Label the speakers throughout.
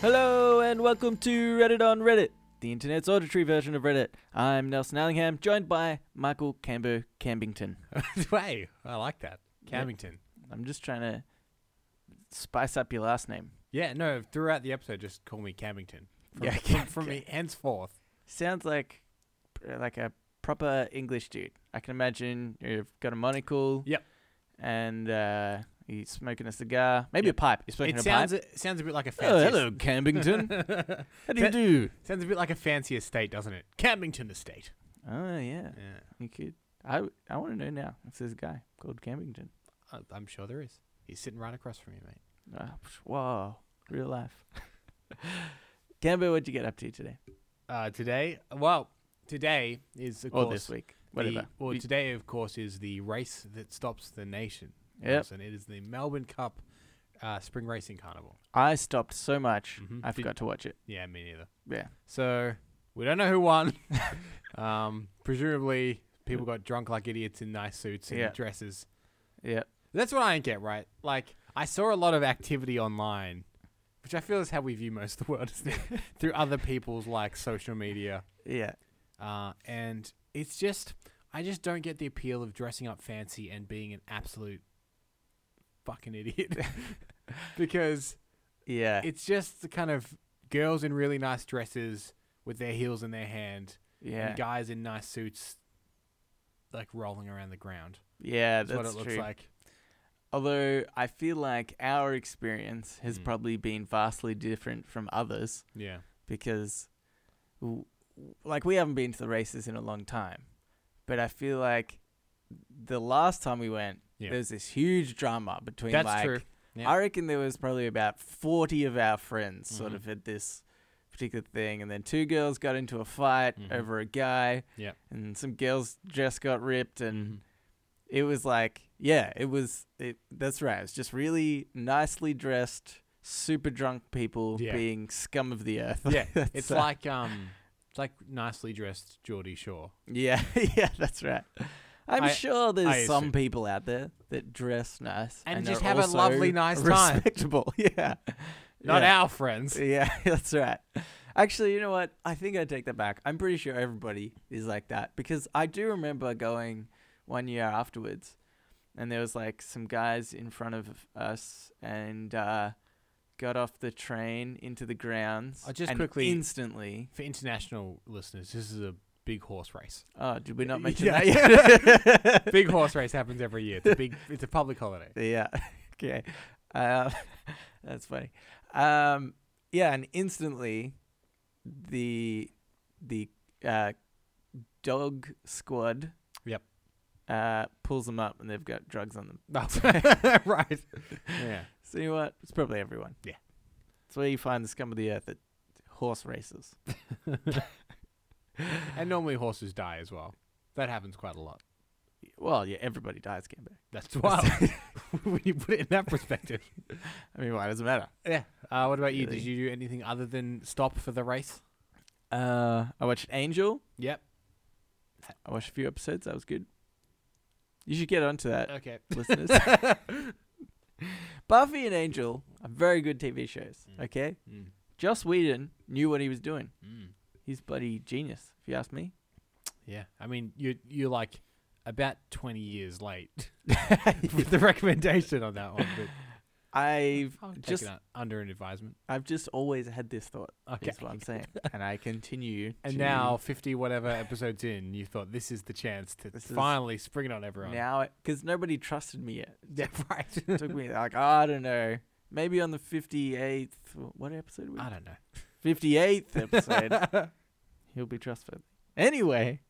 Speaker 1: Hello and welcome to Reddit on Reddit, the internet's auditory version of Reddit. I'm Nelson Allingham, joined by Michael Cambo Cambington.
Speaker 2: hey, I like that.
Speaker 1: Yep.
Speaker 2: Camington.
Speaker 1: I'm just trying to spice up your last name.
Speaker 2: Yeah, no, throughout the episode, just call me Camington. From,
Speaker 1: Yeah,
Speaker 2: from, from me henceforth.
Speaker 1: Sounds like uh, like a proper English dude. I can imagine you've got a monocle.
Speaker 2: Yep.
Speaker 1: And uh, you're smoking a cigar, maybe
Speaker 2: Yep.
Speaker 1: a pipe. You're smoking
Speaker 2: It
Speaker 1: a
Speaker 2: sounds
Speaker 1: pipe.
Speaker 2: it sounds a bit like a
Speaker 1: Oh,
Speaker 2: fancy.
Speaker 1: hello, Cambington.
Speaker 2: hello.
Speaker 1: How do you
Speaker 2: That-
Speaker 1: do?
Speaker 2: sounds a bit like a fancy estate, doesn't it? Camington Estate.
Speaker 1: Oh yeah,
Speaker 2: Yeah,
Speaker 1: you could. I w- I want to know now if there's a guy called Cambington.
Speaker 2: I, I'm sure there is. He's sitting right across from you, mate.
Speaker 1: Uh, wow, real life. Cambo, what'd you get up to today
Speaker 2: Uh, today, well, today is of
Speaker 1: or
Speaker 2: course
Speaker 1: this week?
Speaker 2: the-
Speaker 1: Whatever.
Speaker 2: well,
Speaker 1: You-
Speaker 2: today, of course, is the race that stops the nation.
Speaker 1: Yep.
Speaker 2: And it is the Melbourne Cup uh, Spring Racing Carnival.
Speaker 1: I stopped so much,
Speaker 2: Mhm.
Speaker 1: I
Speaker 2: Did-
Speaker 1: forgot to watch it.
Speaker 2: Yeah, me neither.
Speaker 1: Yeah.
Speaker 2: So we don't know who won. um, presumably, people got drunk like idiots in nice suits and
Speaker 1: Yeah.
Speaker 2: dresses.
Speaker 1: Yeah.
Speaker 2: That's what I don't get right. Like I saw a lot of activity online, which I feel is how we view most of the world, isn't it? Through other people's like social media,
Speaker 1: Yeah.
Speaker 2: uh, and it's just I just don't get the appeal of dressing up fancy and being an absolute fucking idiot because
Speaker 1: Yeah.
Speaker 2: it's just the kind of girls in really nice dresses with their heels in their hand
Speaker 1: yeah.
Speaker 2: and guys in nice suits like rolling around the ground.
Speaker 1: yeah,
Speaker 2: That's,
Speaker 1: that's
Speaker 2: what it looks
Speaker 1: true.
Speaker 2: like.
Speaker 1: Although I feel like our experience has
Speaker 2: Mm.
Speaker 1: probably been vastly different from others
Speaker 2: Yeah.
Speaker 1: because, w- w- like, we haven't been to the races in a long time. But I feel like the last time we went,
Speaker 2: Yeah.
Speaker 1: there was this huge drama between
Speaker 2: That's
Speaker 1: like
Speaker 2: true. Yeah.
Speaker 1: I reckon there was probably about 40 of our friends sort
Speaker 2: Mhm.
Speaker 1: of at this particular thing. And then two girls got into a fight
Speaker 2: Mhm.
Speaker 1: over a guy.
Speaker 2: Yep.
Speaker 1: And some girls' dress got ripped. And
Speaker 2: Mm-hmm.
Speaker 1: it was like, yeah, it was, it, that's right. It was just really nicely dressed, super drunk people
Speaker 2: Yeah.
Speaker 1: being scum of the earth.
Speaker 2: Yeah,
Speaker 1: That's,
Speaker 2: It's
Speaker 1: uh,
Speaker 2: like um it's like nicely dressed Geordie Shaw.
Speaker 1: yeah, yeah, that's right. I'm
Speaker 2: I-
Speaker 1: sure there's
Speaker 2: I
Speaker 1: some
Speaker 2: assume.
Speaker 1: people out there that dress nice
Speaker 2: And just
Speaker 1: are
Speaker 2: have a
Speaker 1: also
Speaker 2: lovely, nice time.
Speaker 1: respectable. Yeah,
Speaker 2: Not
Speaker 1: Yeah.
Speaker 2: our friends.
Speaker 1: Yeah, that's right. Actually, you know what? I think I take that back. I'm pretty sure everybody is like that because I do remember going one year afterwards, and there was like some guys in front of us and uh, got off the train into the grounds.
Speaker 2: I just
Speaker 1: and
Speaker 2: quickly-
Speaker 1: instantly.
Speaker 2: For international listeners, this is a big horse race.
Speaker 1: Oh, did we not mention
Speaker 2: Yeah.
Speaker 1: that yet?
Speaker 2: Big horse race happens every year. It's a big it's a public holiday.
Speaker 1: Yeah. Okay. Uh, that's funny. Um, yeah, and instantly, the the uh, dog squad.
Speaker 2: Yep.
Speaker 1: Uh, pulls them up and they've got drugs on them.
Speaker 2: right. Yeah.
Speaker 1: So you know what? It's probably everyone.
Speaker 2: Yeah.
Speaker 1: It's where you find the scum of the earth at horse races.
Speaker 2: And normally horses die as well. That happens quite a lot.
Speaker 1: Well, yeah, everybody dies, Gambo.
Speaker 2: That's wild. when you put it in that perspective.
Speaker 1: I mean, why does it matter?
Speaker 2: Yeah. Uh, what about you?
Speaker 1: Really?
Speaker 2: Did you do anything other than stop for the race?
Speaker 1: Uh, I watched Angel.
Speaker 2: Yep.
Speaker 1: I watched a few episodes. That was good. You should get onto that,
Speaker 2: Okay.
Speaker 1: listeners. Buffy and Angel are very good TV shows.
Speaker 2: Mm.
Speaker 1: Okay, Joss Whedon knew what he was doing.
Speaker 2: Mm.
Speaker 1: He's bloody genius, if you ask me.
Speaker 2: Yeah. I mean, you you're like about 20 years late with the recommendation on that one. But
Speaker 1: I've
Speaker 2: I'll take
Speaker 1: just
Speaker 2: it un- under an advisement.
Speaker 1: I've just always had this thought.
Speaker 2: Okay.
Speaker 1: Is what I'm saying, and I continue.
Speaker 2: And
Speaker 1: to-
Speaker 2: now 50 whatever episodes in, you thought this is the chance to
Speaker 1: This is-
Speaker 2: finally spring it on everyone.
Speaker 1: now, because nobody trusted me yet.
Speaker 2: Yeah,
Speaker 1: It
Speaker 2: right.
Speaker 1: took me like I don't know, maybe on the 58th. What episode?
Speaker 2: I don't know.
Speaker 1: 58th episode. he'll be trustworthy. Anyway,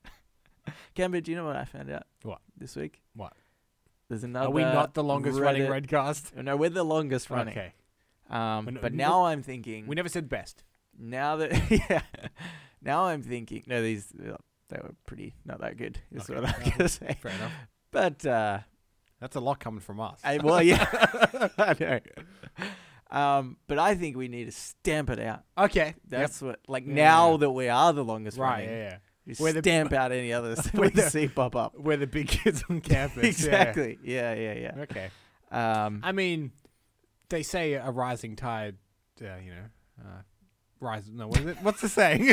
Speaker 1: Cambridge, do you know what I found out?
Speaker 2: What?
Speaker 1: This week?
Speaker 2: What?
Speaker 1: There's another.
Speaker 2: Are we not the longest running
Speaker 1: Reddit- Oh,
Speaker 2: Redcast?
Speaker 1: No, we're the longest running.
Speaker 2: Okay.
Speaker 1: Um,
Speaker 2: We're not-
Speaker 1: but
Speaker 2: we-
Speaker 1: now I'm thinking.
Speaker 2: We never said best.
Speaker 1: now that yeah, now I'm thinking. No, these uh, they were pretty not that good. Is
Speaker 2: Okay,
Speaker 1: what I'm
Speaker 2: alright.
Speaker 1: gonna say.
Speaker 2: Fair enough.
Speaker 1: But uh,
Speaker 2: That's a lot coming from us.
Speaker 1: I, well, yeah, I know. Um, but I think we need to stamp it out.
Speaker 2: okay.
Speaker 1: That's what, like
Speaker 2: Yeah,
Speaker 1: now
Speaker 2: yeah.
Speaker 1: that we are the longest
Speaker 2: right.
Speaker 1: running,
Speaker 2: Yeah, yeah.
Speaker 1: you
Speaker 2: We're the-
Speaker 1: stamp out any others that we
Speaker 2: We're the-
Speaker 1: see pop up.
Speaker 2: We're the big kids on campus.
Speaker 1: exactly. Yeah, yeah, yeah.
Speaker 2: Yeah. Okay.
Speaker 1: Um,
Speaker 2: I mean, they say a rising tide, uh, you know, uh, rise. No, what is it? What's the saying?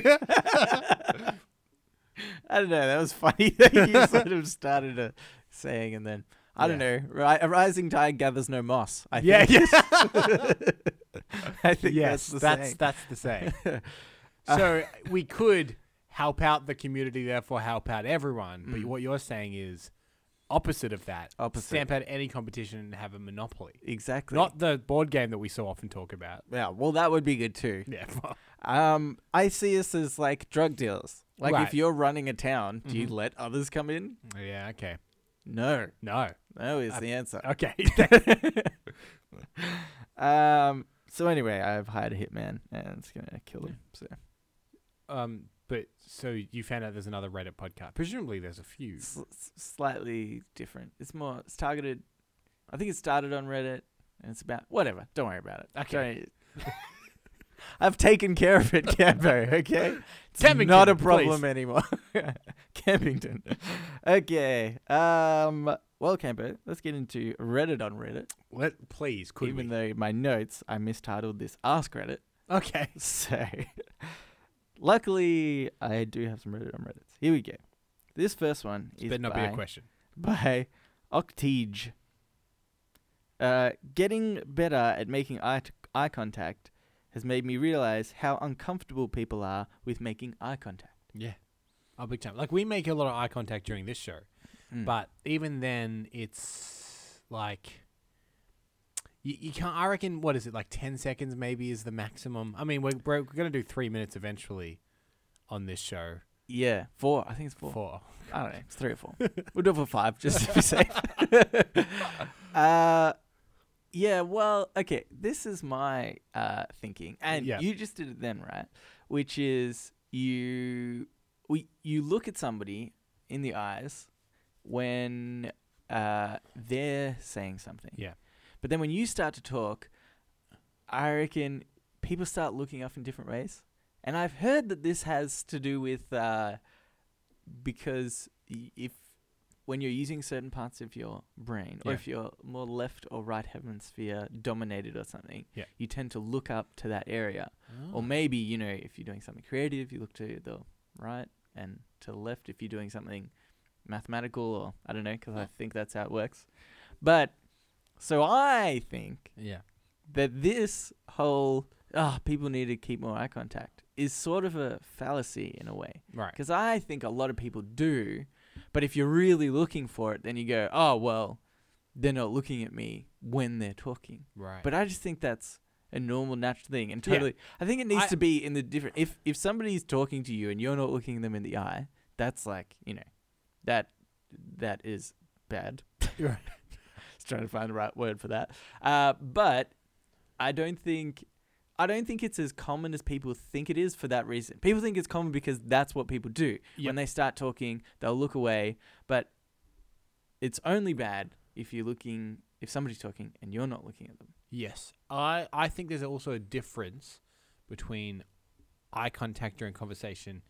Speaker 1: I don't know. That was funny that you sort of started a saying and then I don't know. Ri- a rising tide gathers no moss. I
Speaker 2: yeah,
Speaker 1: think.
Speaker 2: yeah.
Speaker 1: I think
Speaker 2: yes,
Speaker 1: that's the
Speaker 2: that's
Speaker 1: saying. Uh,
Speaker 2: that's the saying. so we could help out the community, therefore help out everyone. But
Speaker 1: Mm.
Speaker 2: what you're saying is opposite of that.
Speaker 1: Opposite.
Speaker 2: Stamp out any competition and have a monopoly.
Speaker 1: exactly.
Speaker 2: Not the board game that we so often talk about.
Speaker 1: yeah. Well, that would be good too.
Speaker 2: Yeah.
Speaker 1: Um, I see us as like drug dealers. Like if
Speaker 2: Right. Mm-hmm.
Speaker 1: you're running a town, do you let others come in?
Speaker 2: yeah. Okay.
Speaker 1: No.
Speaker 2: No.
Speaker 1: No is
Speaker 2: I-
Speaker 1: the answer.
Speaker 2: Okay.
Speaker 1: um. So anyway, I've hired a hitman and it's gonna kill him. So
Speaker 2: um. But so you found out there's another Reddit podcast. Presumably there's a few.
Speaker 1: S- s- slightly different. It's more. It's targeted. I think it started on Reddit and it's about whatever. Don't worry about it.
Speaker 2: Okay.
Speaker 1: Don't- I've taken care of it, Cambo. Okay. It's
Speaker 2: Campington,
Speaker 1: not a
Speaker 2: please.
Speaker 1: problem anymore. Campington. Okay. Um. Well, Cambo, let's get into Reddit on Reddit.
Speaker 2: Let please could
Speaker 1: Even
Speaker 2: we?
Speaker 1: though my notes, I mistitled this Ask Reddit.
Speaker 2: okay.
Speaker 1: So, luckily, I do have some Reddit on Reddit. Here we go. This first one is
Speaker 2: Better not
Speaker 1: by,
Speaker 2: be a question.
Speaker 1: by Octige. Uh, getting better at making eye, t- eye contact has made me realize how uncomfortable people are with making eye contact.
Speaker 2: Yeah. Oh, big time. Like we make a lot of eye contact during this show,
Speaker 1: Mm.
Speaker 2: but even then, it's like you, you can't. I reckon what is it like? Ten seconds maybe is the maximum. I mean, we're we're, gonna do three minutes eventually on this show.
Speaker 1: yeah, four. I think it's four.
Speaker 2: Four.
Speaker 1: I don't know. It's three or four. we'll do it for five just to be safe. uh, yeah, well, okay. This is my uh, thinking. And
Speaker 2: Yeah.
Speaker 1: you just did it then, right? Which is you we, you look at somebody in the eyes when uh, they're saying something.
Speaker 2: Yeah.
Speaker 1: But then when you start to talk, I reckon people start looking up in different ways. And I've heard that this has to do with uh, because y- if when you're using certain parts of your brain, or
Speaker 2: Yeah.
Speaker 1: if you're more left or right hemisphere dominated or something,
Speaker 2: Yeah.
Speaker 1: you tend to look up to that area.
Speaker 2: Oh.
Speaker 1: Or maybe, you know, if you're doing something creative, you look to the right and to the left if you're doing something mathematical or I don't know, because
Speaker 2: Ah.
Speaker 1: I think that's how it works. But so I think
Speaker 2: yeah.
Speaker 1: that this whole, ah, people need to keep more eye contact is sort of a fallacy in a way.
Speaker 2: Right.
Speaker 1: Because I think a lot of people do, but if you're really looking for it, then you go, oh, well, they're not looking at me when they're talking.
Speaker 2: Right.
Speaker 1: But I just think that's a normal, natural thing. And
Speaker 2: Yeah.
Speaker 1: totally, I think it needs
Speaker 2: I-
Speaker 1: to be in the different. If, if somebody's talking to you and you're not looking them in the eye, that's like, you know, that that is bad.
Speaker 2: Right.
Speaker 1: Just trying to find the right word for that. Uh, but I don't think I don't think it's as common as people think it is for that reason. People think it's common because that's what people do.
Speaker 2: Yep.
Speaker 1: When they start talking, they'll look away, but it's only bad if you're looking if somebody's talking and you're not looking at them.
Speaker 2: Yes. I, I think there's also a difference between eye contact during conversation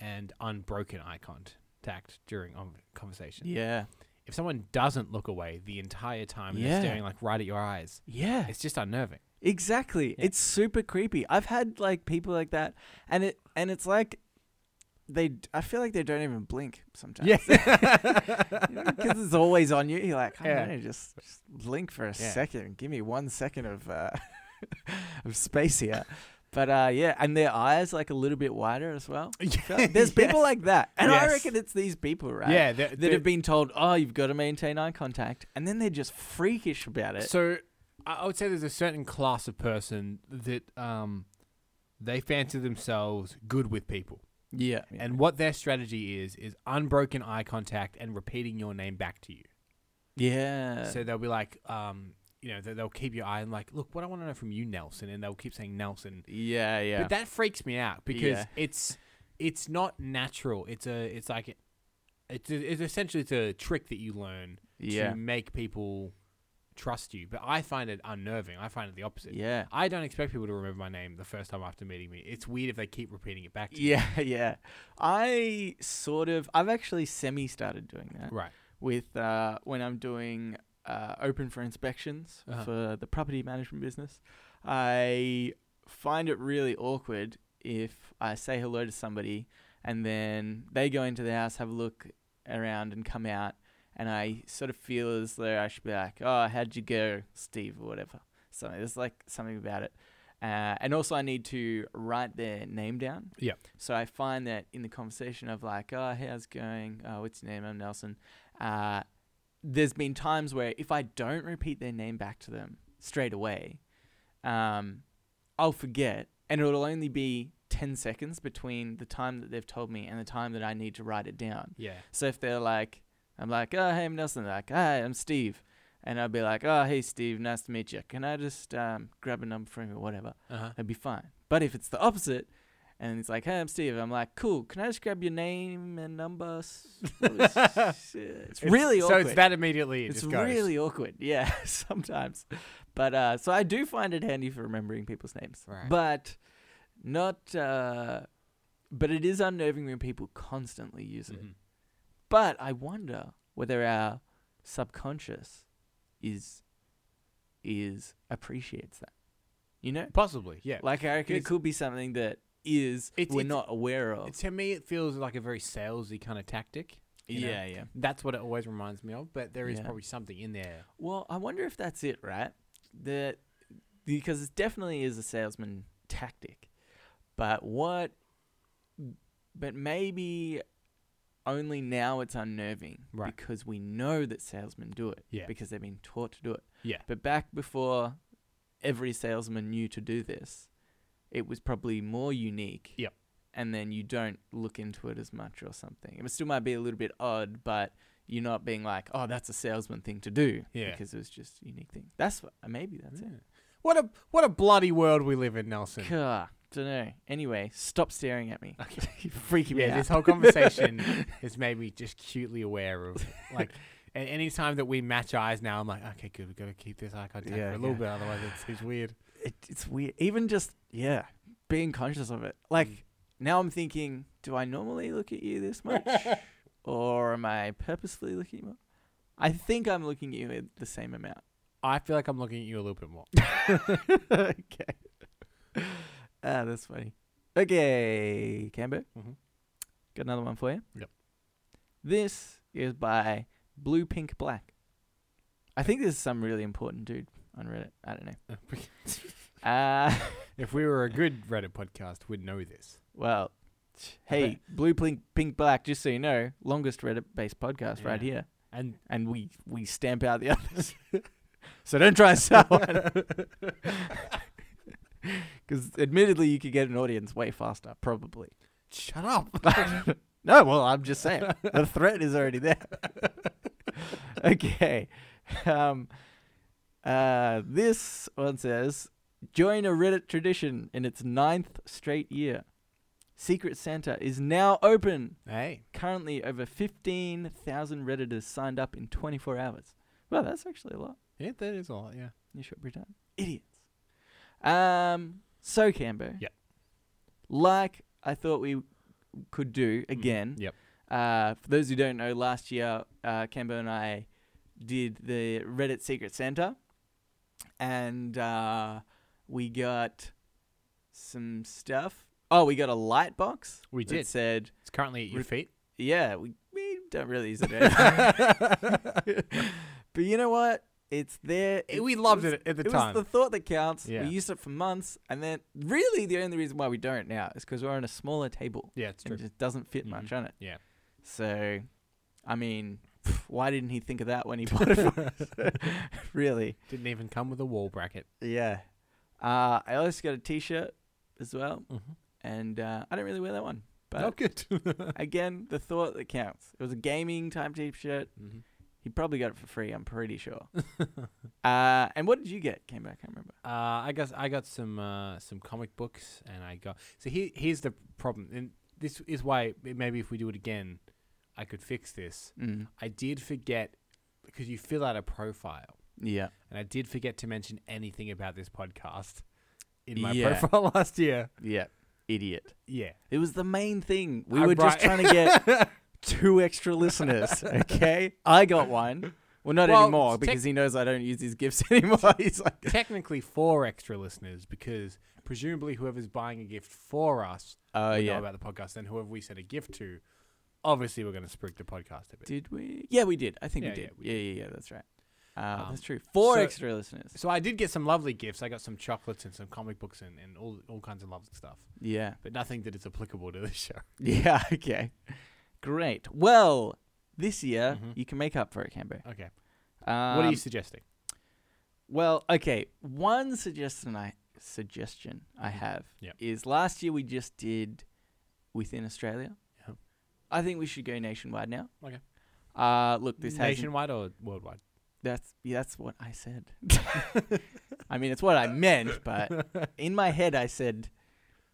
Speaker 2: and unbroken eye contact during on- conversation.
Speaker 1: Yeah.
Speaker 2: If someone doesn't look away the entire time and
Speaker 1: Yeah.
Speaker 2: they're staring like right at your eyes,
Speaker 1: Yeah.
Speaker 2: it's just unnerving.
Speaker 1: Exactly.
Speaker 2: Yeah.
Speaker 1: It's super creepy. I've had like people like that and it and it's like they d- I feel like they don't even blink sometimes. because it's always on you. You're like, I
Speaker 2: Yeah.
Speaker 1: don't know, just, just blink for a
Speaker 2: Yeah.
Speaker 1: second. Give me one second of uh, of space here. But uh, yeah, and their eyes like a little bit wider as well. So There's people
Speaker 2: Yes.
Speaker 1: like that, and I
Speaker 2: Yes.
Speaker 1: reckon it's these people, right?
Speaker 2: Yeah. They're,
Speaker 1: that
Speaker 2: they're-
Speaker 1: have been told, oh, you've got to maintain eye contact, and then they're just freakish about it.
Speaker 2: So I I would say there's a certain class of person that um, they fancy themselves good with people.
Speaker 1: yeah,
Speaker 2: And what their strategy is is unbroken eye contact and repeating your name back to you.
Speaker 1: yeah,
Speaker 2: So they'll be like, um, you know, they- they'll keep your eye and like, look, what I want to know from you, Nelson, and they'll keep saying Nelson.
Speaker 1: yeah, yeah,
Speaker 2: But that freaks me out because
Speaker 1: Yeah.
Speaker 2: it's it's not natural. It's a it's like it's it's essentially it's a trick that you learn
Speaker 1: Yeah.
Speaker 2: to make people trust you. But I find it unnerving. I find it the opposite.
Speaker 1: Yeah.
Speaker 2: I don't expect people to remember my name the first time after meeting me. It's weird if they keep repeating it back to
Speaker 1: Yeah, yeah. I sort of I've actually semi started doing that.
Speaker 2: me. Right.
Speaker 1: with uh, when I'm doing uh, open for inspections
Speaker 2: Uh-huh.
Speaker 1: for the property management business. I find it really awkward if I say hello to somebody and then they go into the house, have a look around, and come out, and I sort of feel as though I should be like, "Oh, how'd you go, Steve?" or whatever. So there's like something about it. Uh, and also, I need to write their name down.
Speaker 2: Yep.
Speaker 1: So I find that in the conversation of like, "Oh, how's it going? Oh, what's your name? I'm Nelson." uh, there's been times where if I don't repeat their name back to them straight away, um, I'll forget, and it'll only be ten seconds between the time that they've told me and the time that I need to write it down.
Speaker 2: Yeah.
Speaker 1: So if they're like, I'm like, oh hey, I'm Nelson. They're like, hi, I'm Steve, and I'll be like, oh hey, Steve, nice to meet you. Can I just um, grab a number from you or whatever?
Speaker 2: Uh-huh.
Speaker 1: That'd be fine. But if it's the opposite. And it's like, hey, I'm Steve. I'm like, cool. Can I just grab your name and number? S- it's really
Speaker 2: so
Speaker 1: awkward.
Speaker 2: it's that immediately. It
Speaker 1: It's
Speaker 2: just goes.
Speaker 1: really awkward, yeah, sometimes. But uh, so I do find it handy for remembering people's names,
Speaker 2: Right.
Speaker 1: but not. Uh, but it is unnerving when people constantly use it.
Speaker 2: Mhm.
Speaker 1: But I wonder whether our subconscious is is appreciates that. You know,
Speaker 2: possibly. Yeah.
Speaker 1: like I reckon it
Speaker 2: It's-
Speaker 1: could be something that is
Speaker 2: It's-
Speaker 1: we're
Speaker 2: it's-
Speaker 1: not aware of.
Speaker 2: to me, it feels like a very salesy kind of tactic. you know?
Speaker 1: yeah.
Speaker 2: That's what it always reminds me of. But there is
Speaker 1: Yeah.
Speaker 2: probably something in there.
Speaker 1: Well, I wonder if that's it, right? That because it definitely is a salesman tactic, but what? But maybe only now it's unnerving
Speaker 2: Right.
Speaker 1: because we know that salesmen do it
Speaker 2: Yeah.
Speaker 1: because they've been taught to do it.
Speaker 2: Yeah.
Speaker 1: But back before every salesman knew to do this, it was probably more unique.
Speaker 2: Yep.
Speaker 1: And then you don't look into it as much or something. It still might be a little bit odd, but you're not being like, oh, that's a salesman thing to do.
Speaker 2: Yeah.
Speaker 1: Because it was just a unique thing. That's what, maybe that's it.
Speaker 2: Yeah. Hmm. What a what a bloody world we live in, Nelson.
Speaker 1: Cuh, dunno. Anyway, stop staring at me. Okay. You're freaking me
Speaker 2: Yeah,
Speaker 1: out.
Speaker 2: this whole conversation has made me just acutely aware of like a- any time that we match eyes now, I'm like, okay, good, we've got to keep this eye contact
Speaker 1: Yeah,
Speaker 2: for a little
Speaker 1: yeah.
Speaker 2: bit, otherwise it's, it's weird.
Speaker 1: it, it's weird. Even just yeah, being conscious of it. Like
Speaker 2: Mm.
Speaker 1: now, I'm thinking, do I normally look at you this much, or am I purposefully looking? at you? I think I'm looking at you at the same amount.
Speaker 2: I feel like I'm looking at you a little bit more.
Speaker 1: okay. Ah, that's funny. Okay, Cambo,
Speaker 2: Mhm.
Speaker 1: got another one for you.
Speaker 2: Yep.
Speaker 1: This is by Blue Pink Black. I think this is some really important dude on Reddit. I don't know. Uh,
Speaker 2: Mm-hmm. if we were a good Reddit podcast, we'd know this.
Speaker 1: Well, t- hey, Blue Pink, Pink Black, just so you know, longest Reddit based podcast right
Speaker 2: Yeah.
Speaker 1: here.
Speaker 2: And
Speaker 1: And we, we stamp out the others. so don't try and sell Because admittedly, you could get an audience way faster, probably.
Speaker 2: shut up.
Speaker 1: No, well, I'm just saying. the threat is already there. okay. Um, uh, this one says Join a Reddit tradition in its ninth straight year. Secret Santa is now open.
Speaker 2: Hey,
Speaker 1: Currently, over 15,000 Redditors signed up in 24 hours. Well, that's actually a lot.
Speaker 2: yeah, that is a lot. Yeah.
Speaker 1: You short pretend. Idiots. Um, so, Cambo.
Speaker 2: Yep.
Speaker 1: Like I thought we could do again.
Speaker 2: Mm-hmm. Yep.
Speaker 1: Uh, for those who don't know, last year, uh, Cambo and I did the Reddit Secret Center, and uh, we got some stuff. Oh, we got a light box.
Speaker 2: We
Speaker 1: that
Speaker 2: did.
Speaker 1: said,
Speaker 2: It's currently at your
Speaker 1: Re-
Speaker 2: feet.
Speaker 1: yeah, we, we don't really use it. anymore. but you know what? It's there.
Speaker 2: It- we loved
Speaker 1: was-
Speaker 2: it at the
Speaker 1: it
Speaker 2: time.
Speaker 1: was the thought that counts.
Speaker 2: Yeah.
Speaker 1: We used it for months, and then really the only reason why we don't now is because we're on a smaller table
Speaker 2: yeah, it's
Speaker 1: and
Speaker 2: true.
Speaker 1: it just doesn't fit
Speaker 2: Mhm.
Speaker 1: much on it.
Speaker 2: Yeah.
Speaker 1: So, I mean, why didn't he think of that when he bought it? For us? really?
Speaker 2: Didn't even come with a wall bracket.
Speaker 1: Yeah. Uh, I also got a T-shirt as well,
Speaker 2: Mm-hmm.
Speaker 1: and uh, I don't really wear that one. But
Speaker 2: Not good.
Speaker 1: again, the thought that counts. It was a gaming type T-shirt.
Speaker 2: Mhm.
Speaker 1: He probably got it for free. I'm pretty sure.
Speaker 2: Mm-hmm.
Speaker 1: uh, and what did you get? Came back. I can't remember.
Speaker 2: Uh, I guess I got some uh, some comic books, and I got so here, here's the problem. And this is why maybe if we do it again, I could fix this.
Speaker 1: Mm.
Speaker 2: I did forget because you fill out a profile,
Speaker 1: Yeah.
Speaker 2: and I did forget to mention anything about this podcast in my
Speaker 1: Yeah.
Speaker 2: profile last year.
Speaker 1: Yeah. Idiot.
Speaker 2: Yeah,
Speaker 1: It was the main thing. We
Speaker 2: I-
Speaker 1: were just
Speaker 2: right.
Speaker 1: trying to get two extra listeners. Okay. I got one. Well, not
Speaker 2: Well,
Speaker 1: anymore
Speaker 2: tec-
Speaker 1: because he knows I don't use his gifts anymore. He's like,
Speaker 2: technically four extra listeners because presumably whoever's buying a gift for us
Speaker 1: oh
Speaker 2: would know
Speaker 1: yeah.
Speaker 2: about the podcast, and whoever we sent a gift to, obviously we're going to spruik the podcast a bit.
Speaker 1: Did we? Yeah, we did. I think
Speaker 2: Yeah,
Speaker 1: we
Speaker 2: yeah,
Speaker 1: did.
Speaker 2: we
Speaker 1: Yeah, yeah, yeah. That's right. Uh,
Speaker 2: Um,
Speaker 1: that's true. Four
Speaker 2: so-
Speaker 1: extra listeners.
Speaker 2: So I did get some lovely gifts. I got some chocolates and some comic books and, and all all kinds of lovely stuff,
Speaker 1: Yeah.
Speaker 2: but nothing that is applicable to this show.
Speaker 1: Yeah. Okay. Great. Well, this year
Speaker 2: Mhm.
Speaker 1: you can make up for it, Cambo.
Speaker 2: Okay,
Speaker 1: Um,
Speaker 2: what are you suggesting?
Speaker 1: Well, okay. One suggestion I suggestion I
Speaker 2: Mhm.
Speaker 1: have
Speaker 2: Yep.
Speaker 1: is last year we just did within Australia.
Speaker 2: Yep.
Speaker 1: I think we should go nationwide now.
Speaker 2: Okay.
Speaker 1: Uh, look, this has
Speaker 2: nationwide or worldwide?
Speaker 1: that's yeah, that's what I said. I mean, it's what I meant, but in my head I said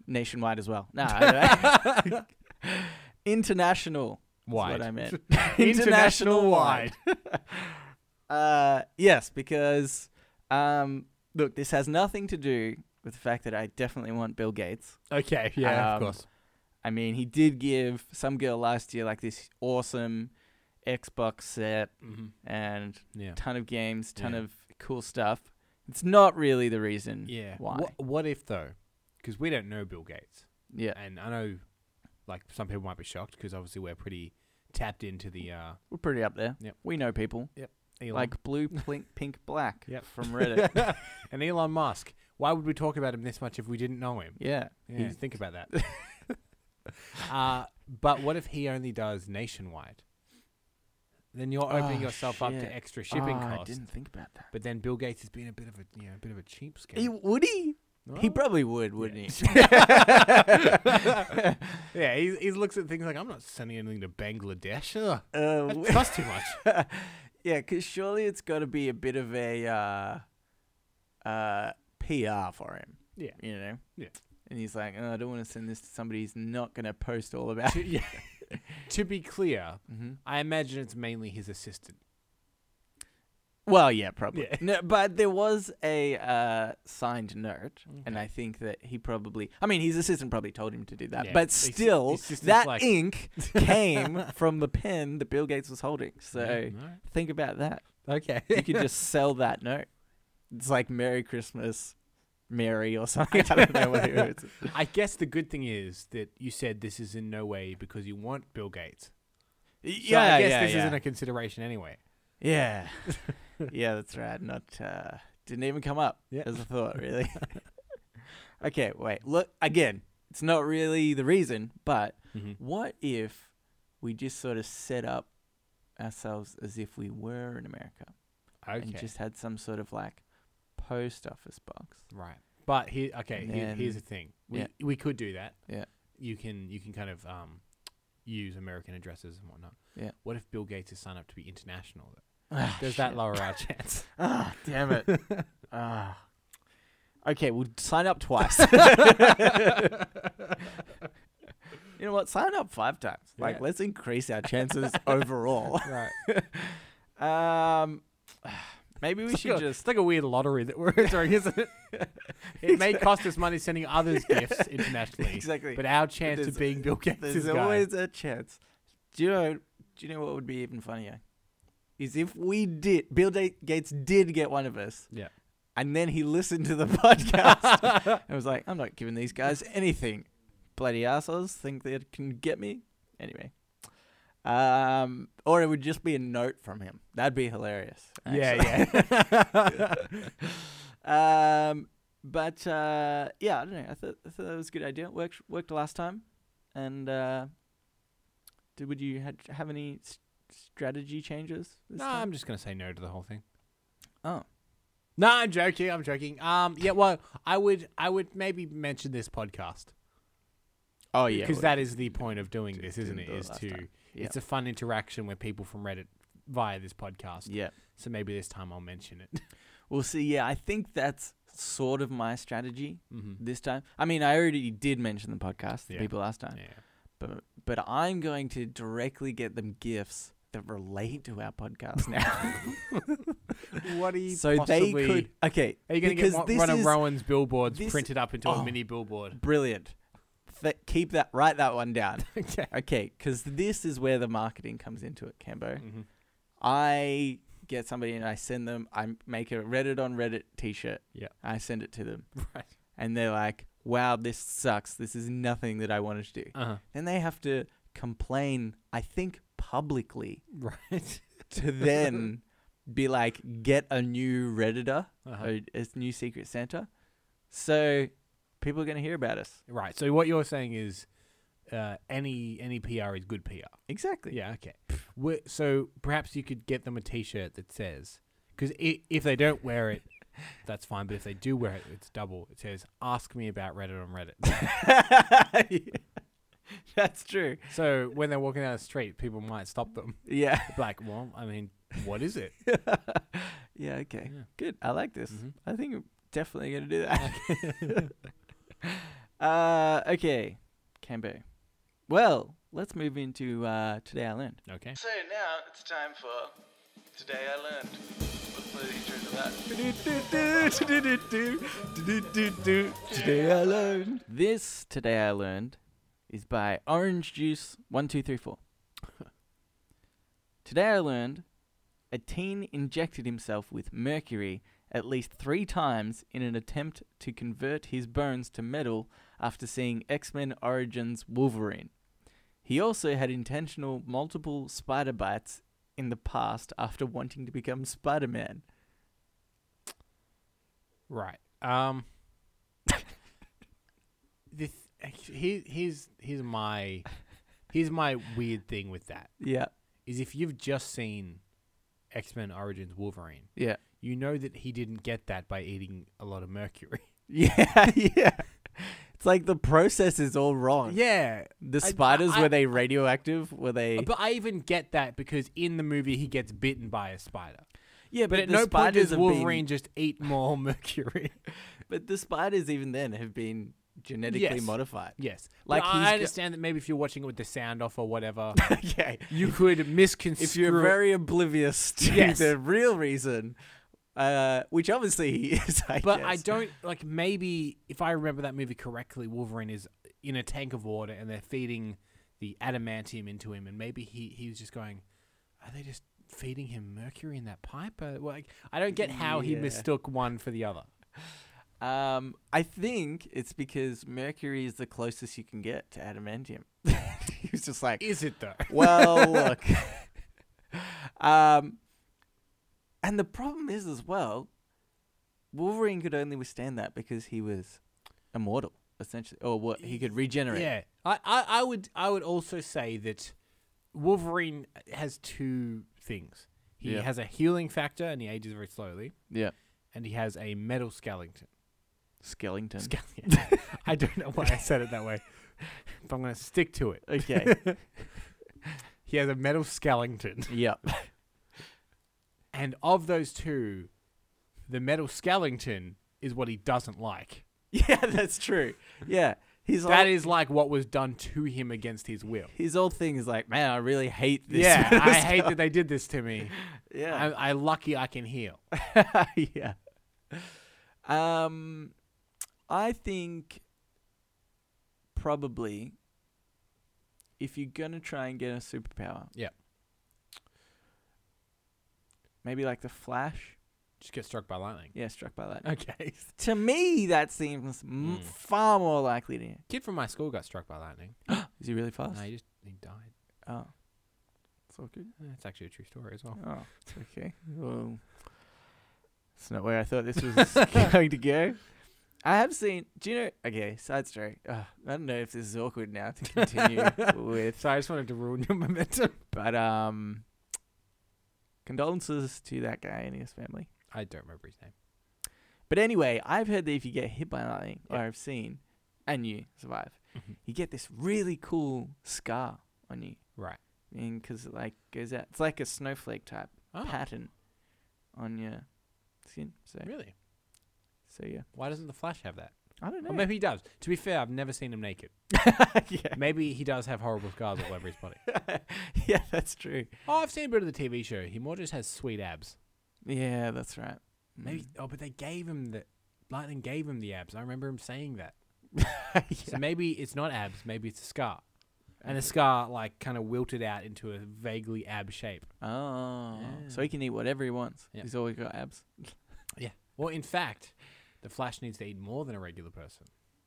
Speaker 1: nationwide as well. No, I- international. is
Speaker 2: Wide.
Speaker 1: what I meant.
Speaker 2: International wide.
Speaker 1: Uh, yes, because um, look, this has nothing to do with the fact that I definitely want Bill Gates.
Speaker 2: Okay,
Speaker 1: yeah,
Speaker 2: yeah,
Speaker 1: of
Speaker 2: of course.
Speaker 1: I mean, he did give some girl last year like this awesome Xbox set
Speaker 2: Mm-hmm.
Speaker 1: and
Speaker 2: Yeah.
Speaker 1: ton of games, ton
Speaker 2: Yeah.
Speaker 1: of cool stuff. It's not really the reason.
Speaker 2: Yeah.
Speaker 1: Why?
Speaker 2: What, what if though? Because we don't know Bill Gates,
Speaker 1: Yeah.
Speaker 2: and I know, like, some people might be shocked because obviously we're pretty tapped into the uh,
Speaker 1: We're pretty up there.
Speaker 2: Yep.
Speaker 1: We know people
Speaker 2: Elon.
Speaker 1: like blue, plink, pink, black
Speaker 2: Yep.
Speaker 1: from Reddit.
Speaker 2: and Elon Musk. Why would we talk about him this much if we didn't know him?
Speaker 1: yeah.
Speaker 2: Yeah,
Speaker 1: He's-
Speaker 2: think about that. uh, but what if he only does nationwide? Then you're opening
Speaker 1: Oh,
Speaker 2: yourself up
Speaker 1: shit.
Speaker 2: to extra shipping
Speaker 1: Oh, I
Speaker 2: costs.
Speaker 1: didn't think about that.
Speaker 2: But then Bill Gates has been a bit of a you know a bit of a cheapskate.
Speaker 1: He, would he? He
Speaker 2: Well,
Speaker 1: probably would, wouldn't
Speaker 2: Yeah.
Speaker 1: he?
Speaker 2: yeah, he, he looks at things like I'm not sending anything to Bangladesh. Ugh,
Speaker 1: Uh,
Speaker 2: that costs too much.
Speaker 1: yeah, because surely it's got to be a bit of a uh, uh, PR for him.
Speaker 2: Yeah.
Speaker 1: You know?
Speaker 2: Yeah.
Speaker 1: And he's like, oh, I don't want to send this to somebody who's not going to post all about
Speaker 2: to,
Speaker 1: it.
Speaker 2: yeah. to be clear,
Speaker 1: hmm
Speaker 2: I imagine it's mainly his assistant.
Speaker 1: Well, yeah, probably.
Speaker 2: Yeah.
Speaker 1: No, but there was a uh, signed note, and I think that he probably, I mean, his assistant probably told him to do that,
Speaker 2: Yeah,
Speaker 1: but
Speaker 2: his- his
Speaker 1: still,
Speaker 2: assistant's
Speaker 1: that
Speaker 2: like-
Speaker 1: ink came from the pen that Bill Gates was holding. So
Speaker 2: Yeah,
Speaker 1: think about that.
Speaker 2: no. okay,
Speaker 1: you could just sell that note. It's like Merry Christmas, Mary or something. I
Speaker 2: I
Speaker 1: don't
Speaker 2: don't
Speaker 1: know
Speaker 2: know
Speaker 1: what
Speaker 2: what
Speaker 1: it
Speaker 2: it
Speaker 1: is.
Speaker 2: I guess the good thing is that you said this is in no way because you want Bill Gates. So I guess this isn't a consideration anyway.
Speaker 1: yeah, yeah, that's right. Not uh, didn't even come up
Speaker 2: Yeah.
Speaker 1: as a thought, really. okay, wait. Look again. It's not really the reason, but what if we just sort of set up ourselves as if we were in America
Speaker 2: Okay.
Speaker 1: and just had some sort of like post office box?
Speaker 2: right. But here, okay,
Speaker 1: And
Speaker 2: here- here's the
Speaker 1: then-
Speaker 2: thing. We
Speaker 1: yeah.
Speaker 2: we could do that.
Speaker 1: Yeah.
Speaker 2: You can you can kind of um, use American addresses and whatnot.
Speaker 1: Yeah.
Speaker 2: What if Bill Gates is signed up to be international? Though?
Speaker 1: Ah,
Speaker 2: Does
Speaker 1: shit.
Speaker 2: that lower our chance?
Speaker 1: Ah, damn it. Ah. Okay, we'll sign up twice. you know what? Sign up five times. Like,
Speaker 2: Yeah.
Speaker 1: let's increase our chances overall.
Speaker 2: right.
Speaker 1: Um, maybe we
Speaker 2: It's
Speaker 1: should
Speaker 2: like a-
Speaker 1: just.
Speaker 2: It's like a weird lottery that we're entering, isn't it? It may cost us money sending others gifts internationally,
Speaker 1: Exactly.
Speaker 2: but our chance
Speaker 1: there's-
Speaker 2: of being Bill Gates
Speaker 1: There's
Speaker 2: is gone.
Speaker 1: always a chance. Do you know? Do you know what would be even funnier? Is if we did Bill Da- Gates did get one of us.
Speaker 2: Yeah.
Speaker 1: And then he listened to the podcast and was like, "I'm not giving these guys anything. Bloody assholes think they can get me." Anyway. Um, or it would just be a note from him. That'd be hilarious.
Speaker 2: Yeah,
Speaker 1: yeah. um, but uh, yeah, I don't know. I thought, I thought that was a good idea. Worked worked last time, and uh, did would you had, have any s- strategy changes? This
Speaker 2: no,
Speaker 1: time?
Speaker 2: I'm just gonna say no to the whole thing.
Speaker 1: Oh,
Speaker 2: No, I'm joking. I'm joking. Um, yeah. Well, I would, I would maybe mention this podcast
Speaker 1: oh
Speaker 2: because that is the point of doing
Speaker 1: Did-
Speaker 2: this, isn't it?
Speaker 1: didn't do it
Speaker 2: Is
Speaker 1: last
Speaker 2: to
Speaker 1: time. Yeah.
Speaker 2: it's a fun interaction with people from Reddit via this podcast.
Speaker 1: yeah.
Speaker 2: So maybe this time I'll mention it.
Speaker 1: We'll see. Yeah, I think that's sort of my strategy
Speaker 2: mm-hmm.
Speaker 1: this time. I mean, I already did mention the podcast to
Speaker 2: Yeah.
Speaker 1: people last time,
Speaker 2: Yeah.
Speaker 1: But but I'm going to directly get them gifts that relate to our podcast now.
Speaker 2: What are you
Speaker 1: so they could okay.
Speaker 2: Are you going to
Speaker 1: because
Speaker 2: get one,
Speaker 1: this
Speaker 2: one of
Speaker 1: is
Speaker 2: Rowan's billboards
Speaker 1: this-
Speaker 2: printed up into
Speaker 1: oh.
Speaker 2: a mini billboard?
Speaker 1: brilliant. Th- keep that write that one down.
Speaker 2: okay.
Speaker 1: Okay, because this is where the marketing comes into it, Cambo.
Speaker 2: Mm-hmm.
Speaker 1: I get somebody and I send them. I make a Reddit on Reddit T-shirt.
Speaker 2: Yeah.
Speaker 1: I send it to them,
Speaker 2: Right.
Speaker 1: and they're like, "Wow, this sucks. This is nothing that I wanted to do."
Speaker 2: Uh huh.
Speaker 1: Then they have to complain. I think publicly
Speaker 2: Right.
Speaker 1: to then be like, "Get a new Redditor,
Speaker 2: Uh-huh.
Speaker 1: a, a new Secret Santa." So people are gonna hear about us.
Speaker 2: Right. So what you're saying is, uh, any any PR is good PR.
Speaker 1: Exactly.
Speaker 2: Yeah. Okay. we so perhaps you could get them a T-shirt that says, because if they don't wear it, that's fine. But if they do wear it, it's double. It says, "Ask me about Reddit on Reddit."
Speaker 1: That's true.
Speaker 2: so when they're walking down the street, people might stop them.
Speaker 1: Yeah.
Speaker 2: They'd be Like, well, I mean, what is it?
Speaker 1: yeah. Okay.
Speaker 2: Yeah.
Speaker 1: Good. I like this.
Speaker 2: Mhm.
Speaker 1: I think I'm definitely gonna do that. uh, okay, Cambo. Well, let's move into uh, today I learned.
Speaker 2: Okay.
Speaker 1: So now it's time for today I learned. Let's play the intro to Today I learned. This today I learned is by Orange Juice One Two Three Four. Today I learned a teen injected himself with mercury at least three times in an attempt to convert his bones to metal after seeing X Men Origins Wolverine. He also had intentional multiple spider bites in the past after wanting to become Spider Man.
Speaker 2: Right. Um. this here, here's here's my here's my weird thing with that
Speaker 1: Yeah,
Speaker 2: is if you've just seen X Men Origins Wolverine,
Speaker 1: yeah,
Speaker 2: you know that he didn't get that by eating a lot of mercury.
Speaker 1: yeah, yeah. It's like the process is all wrong.
Speaker 2: Yeah,
Speaker 1: The
Speaker 2: I-
Speaker 1: spiders
Speaker 2: I-
Speaker 1: were they radioactive? Were they?
Speaker 2: but I even get that because in the movie he gets bitten by a spider.
Speaker 1: yeah,
Speaker 2: But, at no point does Wolverine just eat more mercury.
Speaker 1: But the spiders even then have been genetically
Speaker 2: Yes.
Speaker 1: modified.
Speaker 2: yes,
Speaker 1: Like
Speaker 2: like
Speaker 1: he's
Speaker 2: I
Speaker 1: go-
Speaker 2: understand that maybe if you're watching it with the sound off or whatever,
Speaker 1: okay.
Speaker 2: you could misconstrue.
Speaker 1: If you're very oblivious to
Speaker 2: Yes.
Speaker 1: the real reason, uh, which obviously he is, I
Speaker 2: But I
Speaker 1: guess.
Speaker 2: don't like maybe if I remember that movie correctly, Wolverine is in a tank of water and they're feeding the adamantium into him, and maybe he he was just going, are they just feeding him mercury in that pipe? Uh, well, like I don't get how he
Speaker 1: Yeah.
Speaker 2: mistook one for the other.
Speaker 1: Um, I think it's because mercury is the closest you can get to adamantium. he was just like,
Speaker 2: Is it though?
Speaker 1: well, look. um, and the problem is as well, Wolverine could only withstand that because he was immortal, essentially, or what he could regenerate.
Speaker 2: Yeah, I, I I would I would also say that Wolverine has two things. He
Speaker 1: Yeah.
Speaker 2: has a healing factor and he ages very slowly,
Speaker 1: yeah.
Speaker 2: and he has a metal skeleton.
Speaker 1: Skellington.
Speaker 2: Scallion. I don't know why I said it that way, but I'm going to stick to it.
Speaker 1: okay.
Speaker 2: He has a metal skeleton.
Speaker 1: yep.
Speaker 2: And of those two, the metal skeleton is what he doesn't like.
Speaker 1: Yeah, that's true. Yeah. He's
Speaker 2: That
Speaker 1: like,
Speaker 2: is like what was done to him against his will.
Speaker 1: his whole thing is like, man, I really hate this.
Speaker 2: yeah, I hate that they did this to me.
Speaker 1: Yeah.
Speaker 2: I'm I lucky I can heal.
Speaker 1: yeah. Um, I think probably if you're gonna try and get a superpower,
Speaker 2: Yep.
Speaker 1: maybe like the Flash.
Speaker 2: Just get struck by lightning.
Speaker 1: Yeah, struck by lightning.
Speaker 2: Okay.
Speaker 1: To me, that seems m-
Speaker 2: Mm.
Speaker 1: far more likely. To
Speaker 2: Kid from my school got struck by lightning.
Speaker 1: is he really
Speaker 2: No,
Speaker 1: fast?
Speaker 2: he just he died. Uh,
Speaker 1: Oh, it's all good.
Speaker 2: That's actually a true story as well.
Speaker 1: Oh, it's okay. Well, it's not where I thought this was going to go. I have seen. Do you know? Okay, side story. Ugh, I don't know if this is awkward now to continue with,
Speaker 2: So I just wanted to ruin your momentum.
Speaker 1: but um, condolences to that guy and his family.
Speaker 2: I don't remember his name.
Speaker 1: But anyway, I've heard that if you get hit by lightning, or
Speaker 2: Yeah.
Speaker 1: I've seen, and you survive,
Speaker 2: Mhm.
Speaker 1: you get this really cool scar on you.
Speaker 2: Right.
Speaker 1: Because it like goes out. It's like a snowflake type
Speaker 2: Oh,
Speaker 1: pattern on your skin. So
Speaker 2: really?
Speaker 1: so yeah.
Speaker 2: Why doesn't the Flash have that?
Speaker 1: I don't know.
Speaker 2: Or maybe he does. To be fair, I've never seen him naked.
Speaker 1: yeah.
Speaker 2: Maybe he does have horrible scars all over his body.
Speaker 1: yeah, that's true.
Speaker 2: Oh, I've seen a bit of the TV show. He more just has sweet abs.
Speaker 1: Yeah, that's right. Mm.
Speaker 2: Maybe. Oh, but they gave him the lightning gave him the abs. I remember him saying that.
Speaker 1: Mm.
Speaker 2: So maybe it's not abs. Maybe it's a scar, and the scar like kind of wilted out into a vaguely ab shape.
Speaker 1: Oh, so
Speaker 2: Yeah.
Speaker 1: he can eat whatever he wants.
Speaker 2: Yeah.
Speaker 1: He's always got abs.
Speaker 2: Well, in fact, the Flash needs to eat more than a regular person.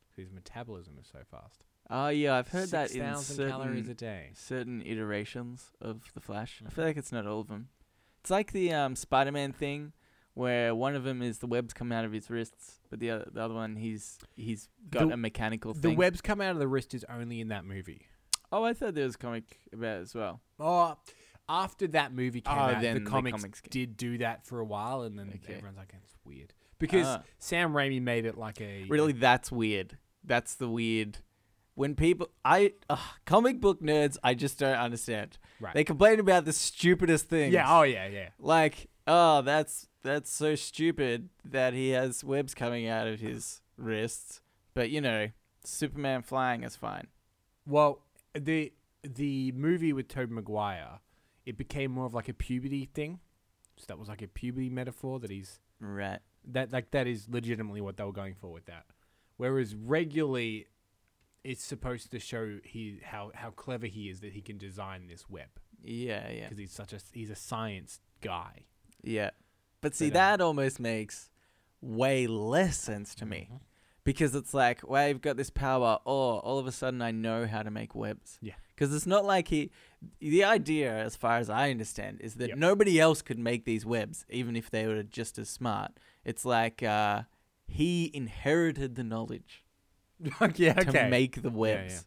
Speaker 2: 'cause His metabolism is so fast.
Speaker 1: Oh yeah, I've heard that in
Speaker 2: 6,000 calories a
Speaker 1: certain,
Speaker 2: day.
Speaker 1: certain iterations of the Flash. I
Speaker 2: Mhm.
Speaker 1: feel like it's not all of them. It's like the um, Spider-Man thing, where one of them is the webs come out of his wrists, but the other, the other one he's he's got
Speaker 2: The-
Speaker 1: a mechanical
Speaker 2: The
Speaker 1: thing.
Speaker 2: webs come out of the wrist is only in that movie.
Speaker 1: Oh, I thought there was a comic about it as well.
Speaker 2: Oh, after that movie came
Speaker 1: Oh,
Speaker 2: out,
Speaker 1: then
Speaker 2: the
Speaker 1: the
Speaker 2: comics,
Speaker 1: comics came.
Speaker 2: did do that for a while, and then
Speaker 1: Okay.
Speaker 2: everyone's like, "It's weird," because
Speaker 1: Ah.
Speaker 2: Sam Raimi made it like a
Speaker 1: Really, that's weird. That's the weird. When people, I ugh, comic book nerds, I just don't understand.
Speaker 2: Right.
Speaker 1: They complain about the stupidest things.
Speaker 2: yeah, oh yeah, yeah.
Speaker 1: Like, oh, that's that's so stupid that he has webs coming out of his wrists. But you know, Superman flying is fine.
Speaker 2: Well, the the movie with Tobey Maguire, it became more of like a puberty thing. So that was like a puberty metaphor that he's
Speaker 1: Right.
Speaker 2: that like that is legitimately what they were going for with that. Whereas regularly, it's supposed to show he how how clever he is that he can design this web
Speaker 1: Yeah, yeah,
Speaker 2: because he's such a he's a science guy.
Speaker 1: yeah. But see,
Speaker 2: But, uh,
Speaker 1: that almost makes way less sense to
Speaker 2: Mm-hmm.
Speaker 1: me because it's like, well, I've got this power, or all of a sudden I know how to make webs.
Speaker 2: Yeah.
Speaker 1: Because it's not like he. The idea, as far as I understand, is that
Speaker 2: Yep.
Speaker 1: nobody else could make these webs, even if they were just as smart. It's like uh, he inherited the knowledge
Speaker 2: yeah,
Speaker 1: to make the webs.
Speaker 2: yeah.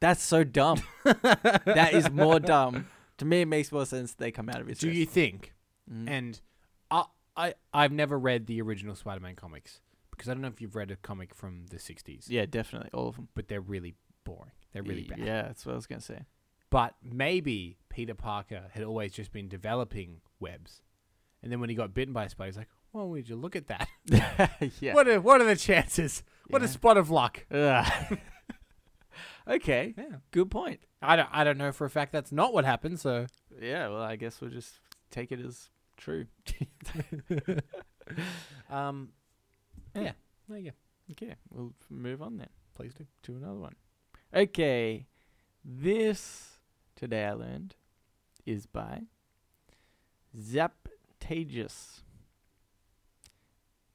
Speaker 1: That's so dumb. that is more dumb. To me, it makes more sense they come out of his.
Speaker 2: Do you think?
Speaker 1: Mm.
Speaker 2: And I I I've never read the original Spider-Man comics because I don't know if you've read a comic from the '60s.
Speaker 1: yeah, definitely all of them.
Speaker 2: but they're really boring. They're really bad.
Speaker 1: Yeah, that's what I was gonna say.
Speaker 2: But maybe Peter Parker had always just been developing webs, and then when he got bitten by a spider, he's like, "Well, would you look at that?
Speaker 1: yeah.
Speaker 2: What are what are the chances? What a
Speaker 1: Yeah.
Speaker 2: spot of luck!"
Speaker 1: Ugh. okay,
Speaker 2: Yeah,
Speaker 1: good point.
Speaker 2: I don't I don't know for a fact that's not what happened. So
Speaker 1: Yeah, well, I guess we'll just take it as true.
Speaker 2: um,
Speaker 1: Yeah.
Speaker 2: yeah, there you go.
Speaker 1: Okay, we'll f- move on then
Speaker 2: Please do.
Speaker 1: to another one. Okay, this today I learned is by Zaptagius.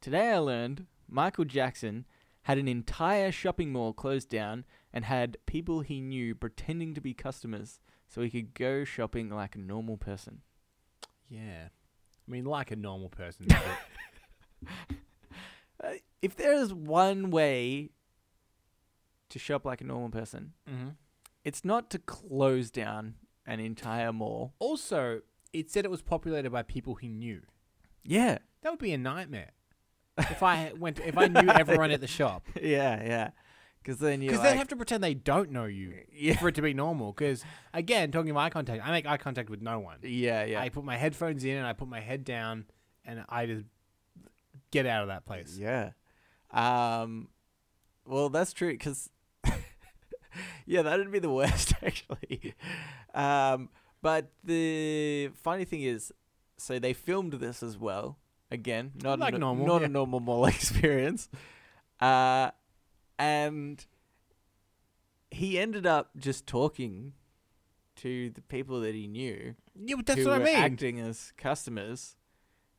Speaker 1: Today I learned Michael Jackson had an entire shopping mall closed down and had people he knew pretending to be customers so he could go shopping like a normal person.
Speaker 2: Yeah, I mean, like a normal person.
Speaker 1: Uh, if there is one way to shop like a normal person,
Speaker 2: mm-hmm.
Speaker 1: it's not to close down an entire mall.
Speaker 2: Also, it said it was populated by people he knew.
Speaker 1: Yeah.
Speaker 2: That would be a nightmare. if I went, if I knew everyone at the shop,
Speaker 1: Yeah, yeah. Because then you
Speaker 2: because
Speaker 1: like,
Speaker 2: they'd have to pretend they don't know you
Speaker 1: yeah,
Speaker 2: for it to be normal. Because again, talking about eye contact, I make eye contact with no one.
Speaker 1: yeah, yeah.
Speaker 2: I put my headphones in and I put my head down and I just get out of that place.
Speaker 1: Yeah. Um. Well, that's true. Because yeah, that'd be the worst actually. Um. But the funny thing is, so they filmed this as well. Again, not
Speaker 2: Like
Speaker 1: a, no-
Speaker 2: normal,
Speaker 1: not
Speaker 2: yeah.
Speaker 1: a normal mall experience. Uh, and he ended up just talking to the people that he knew
Speaker 2: Yeah, but that's
Speaker 1: who
Speaker 2: what I
Speaker 1: were
Speaker 2: mean.
Speaker 1: acting as customers,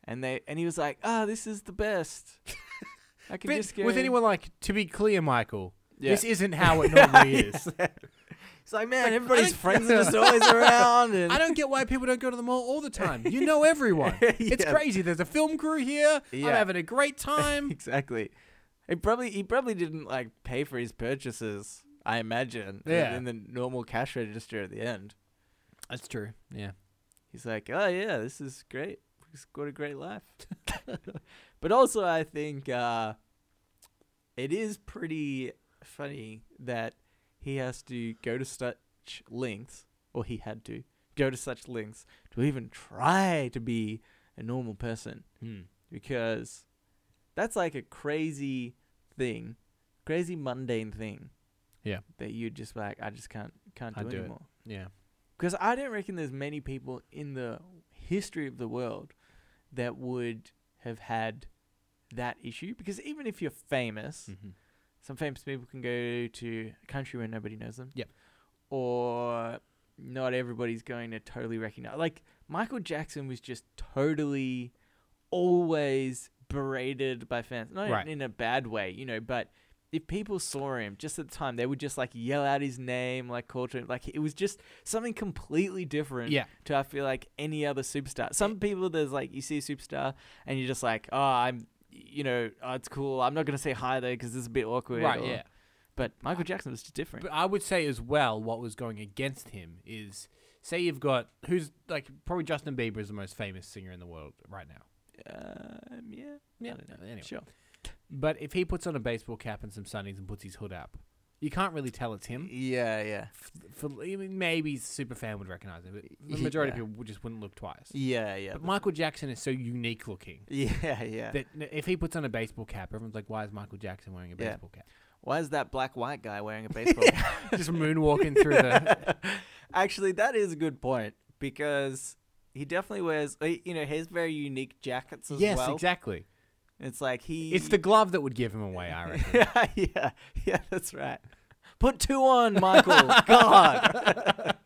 Speaker 1: and they and he was like, "Ah, this is the best." I can
Speaker 2: But
Speaker 1: just go
Speaker 2: with anyone like, to be clear, Michael,
Speaker 1: Yeah.
Speaker 2: this isn't how it normally is.
Speaker 1: It's like, man,
Speaker 2: like, I
Speaker 1: everybody's
Speaker 2: don't-
Speaker 1: friends are just always around, and
Speaker 2: I don't get why people don't go to the mall all the time. You know everyone. It's
Speaker 1: Yeah.
Speaker 2: crazy. There's a film crew here. I'm
Speaker 1: Yeah.
Speaker 2: having a great time.
Speaker 1: exactly. He probably he probably didn't like pay for his purchases. I imagine. in-
Speaker 2: Yeah.
Speaker 1: In the normal cash register at the end,
Speaker 2: That's true. Yeah.
Speaker 1: he's like, "Oh yeah, this is great. He's got a great life." but also, I think uh, it is pretty funny that he has to go to such lengths, or he had to go to such lengths to even try to be a normal person,
Speaker 2: Hmm.
Speaker 1: because that's like a crazy thing, crazy mundane thing.
Speaker 2: Yeah.
Speaker 1: That you'd just be like, I just can't can't do,
Speaker 2: Can't do it.
Speaker 1: anymore.
Speaker 2: Yeah.
Speaker 1: Because I don't reckon there's many people in the history of the world that would have had that issue. Because even if you're famous,
Speaker 2: Mm-hmm.
Speaker 1: some famous people can go to a country where nobody knows them.
Speaker 2: Yep.
Speaker 1: Or not everybody's going to totally recognize. Like Michael Jackson was just totally always berated by fans. Not
Speaker 2: Right.
Speaker 1: in a bad way, you know, but if people saw him just at the time, they would just like yell out his name, like call to him. Like it was just something completely different
Speaker 2: Yeah.
Speaker 1: to I feel like any other superstar. Some people there's like you see a superstar and you're just like, oh, I'm, you know, oh, it's cool. I'm not gonna say hi though because it's a bit awkward.
Speaker 2: Right.
Speaker 1: or-
Speaker 2: Yeah.
Speaker 1: But Michael Jackson was just different.
Speaker 2: But I would say as well, what was going against him is say you've got who's like probably Justin Bieber is the most famous singer in the world right now.
Speaker 1: um, yeah. I don't know.
Speaker 2: Anyway.
Speaker 1: Sure.
Speaker 2: But if he puts on a baseball cap and some sunnies and puts his hood up, you can't really tell it's him.
Speaker 1: Yeah. Yeah.
Speaker 2: F- For, I mean, maybe super fan would recognize him, but the
Speaker 1: Yeah.
Speaker 2: majority of people would- just wouldn't look twice.
Speaker 1: Yeah. Yeah.
Speaker 2: But Michael Jackson is so unique looking
Speaker 1: yeah. Yeah.
Speaker 2: that n- if he puts on a baseball cap, everyone's like, "Why is Michael Jackson wearing a
Speaker 1: Yeah.
Speaker 2: baseball cap?"
Speaker 1: Why is that black white guy wearing a baseball cap?
Speaker 2: Just moonwalking through the.
Speaker 1: Actually, that is a good point because he definitely wears, uh, you know, he has very unique jackets as
Speaker 2: Yes,
Speaker 1: well.
Speaker 2: exactly.
Speaker 1: It's like he.
Speaker 2: It's the glove that would give him away, I reckon.
Speaker 1: yeah, yeah, yeah, that's right. Put two on, Michael. God.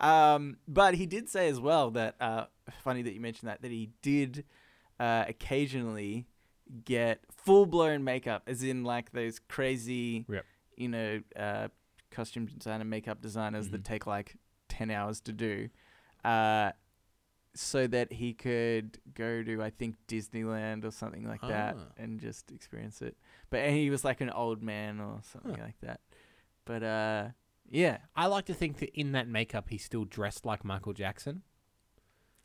Speaker 1: um, but he did say as well that uh, funny that you mentioned that that he did uh, occasionally get full blown makeup, as in like those crazy,
Speaker 2: Yep.
Speaker 1: you know, uh, costume designer, makeup designers that
Speaker 2: Mhm.
Speaker 1: take like ten hours to do. Uh, so that he could go to I think Disneyland or something like that
Speaker 2: Ah.
Speaker 1: and just experience it. But and he was like an old man or something like that. But uh yeah.
Speaker 2: I like to think that in that makeup, he's still dressed like Michael Jackson.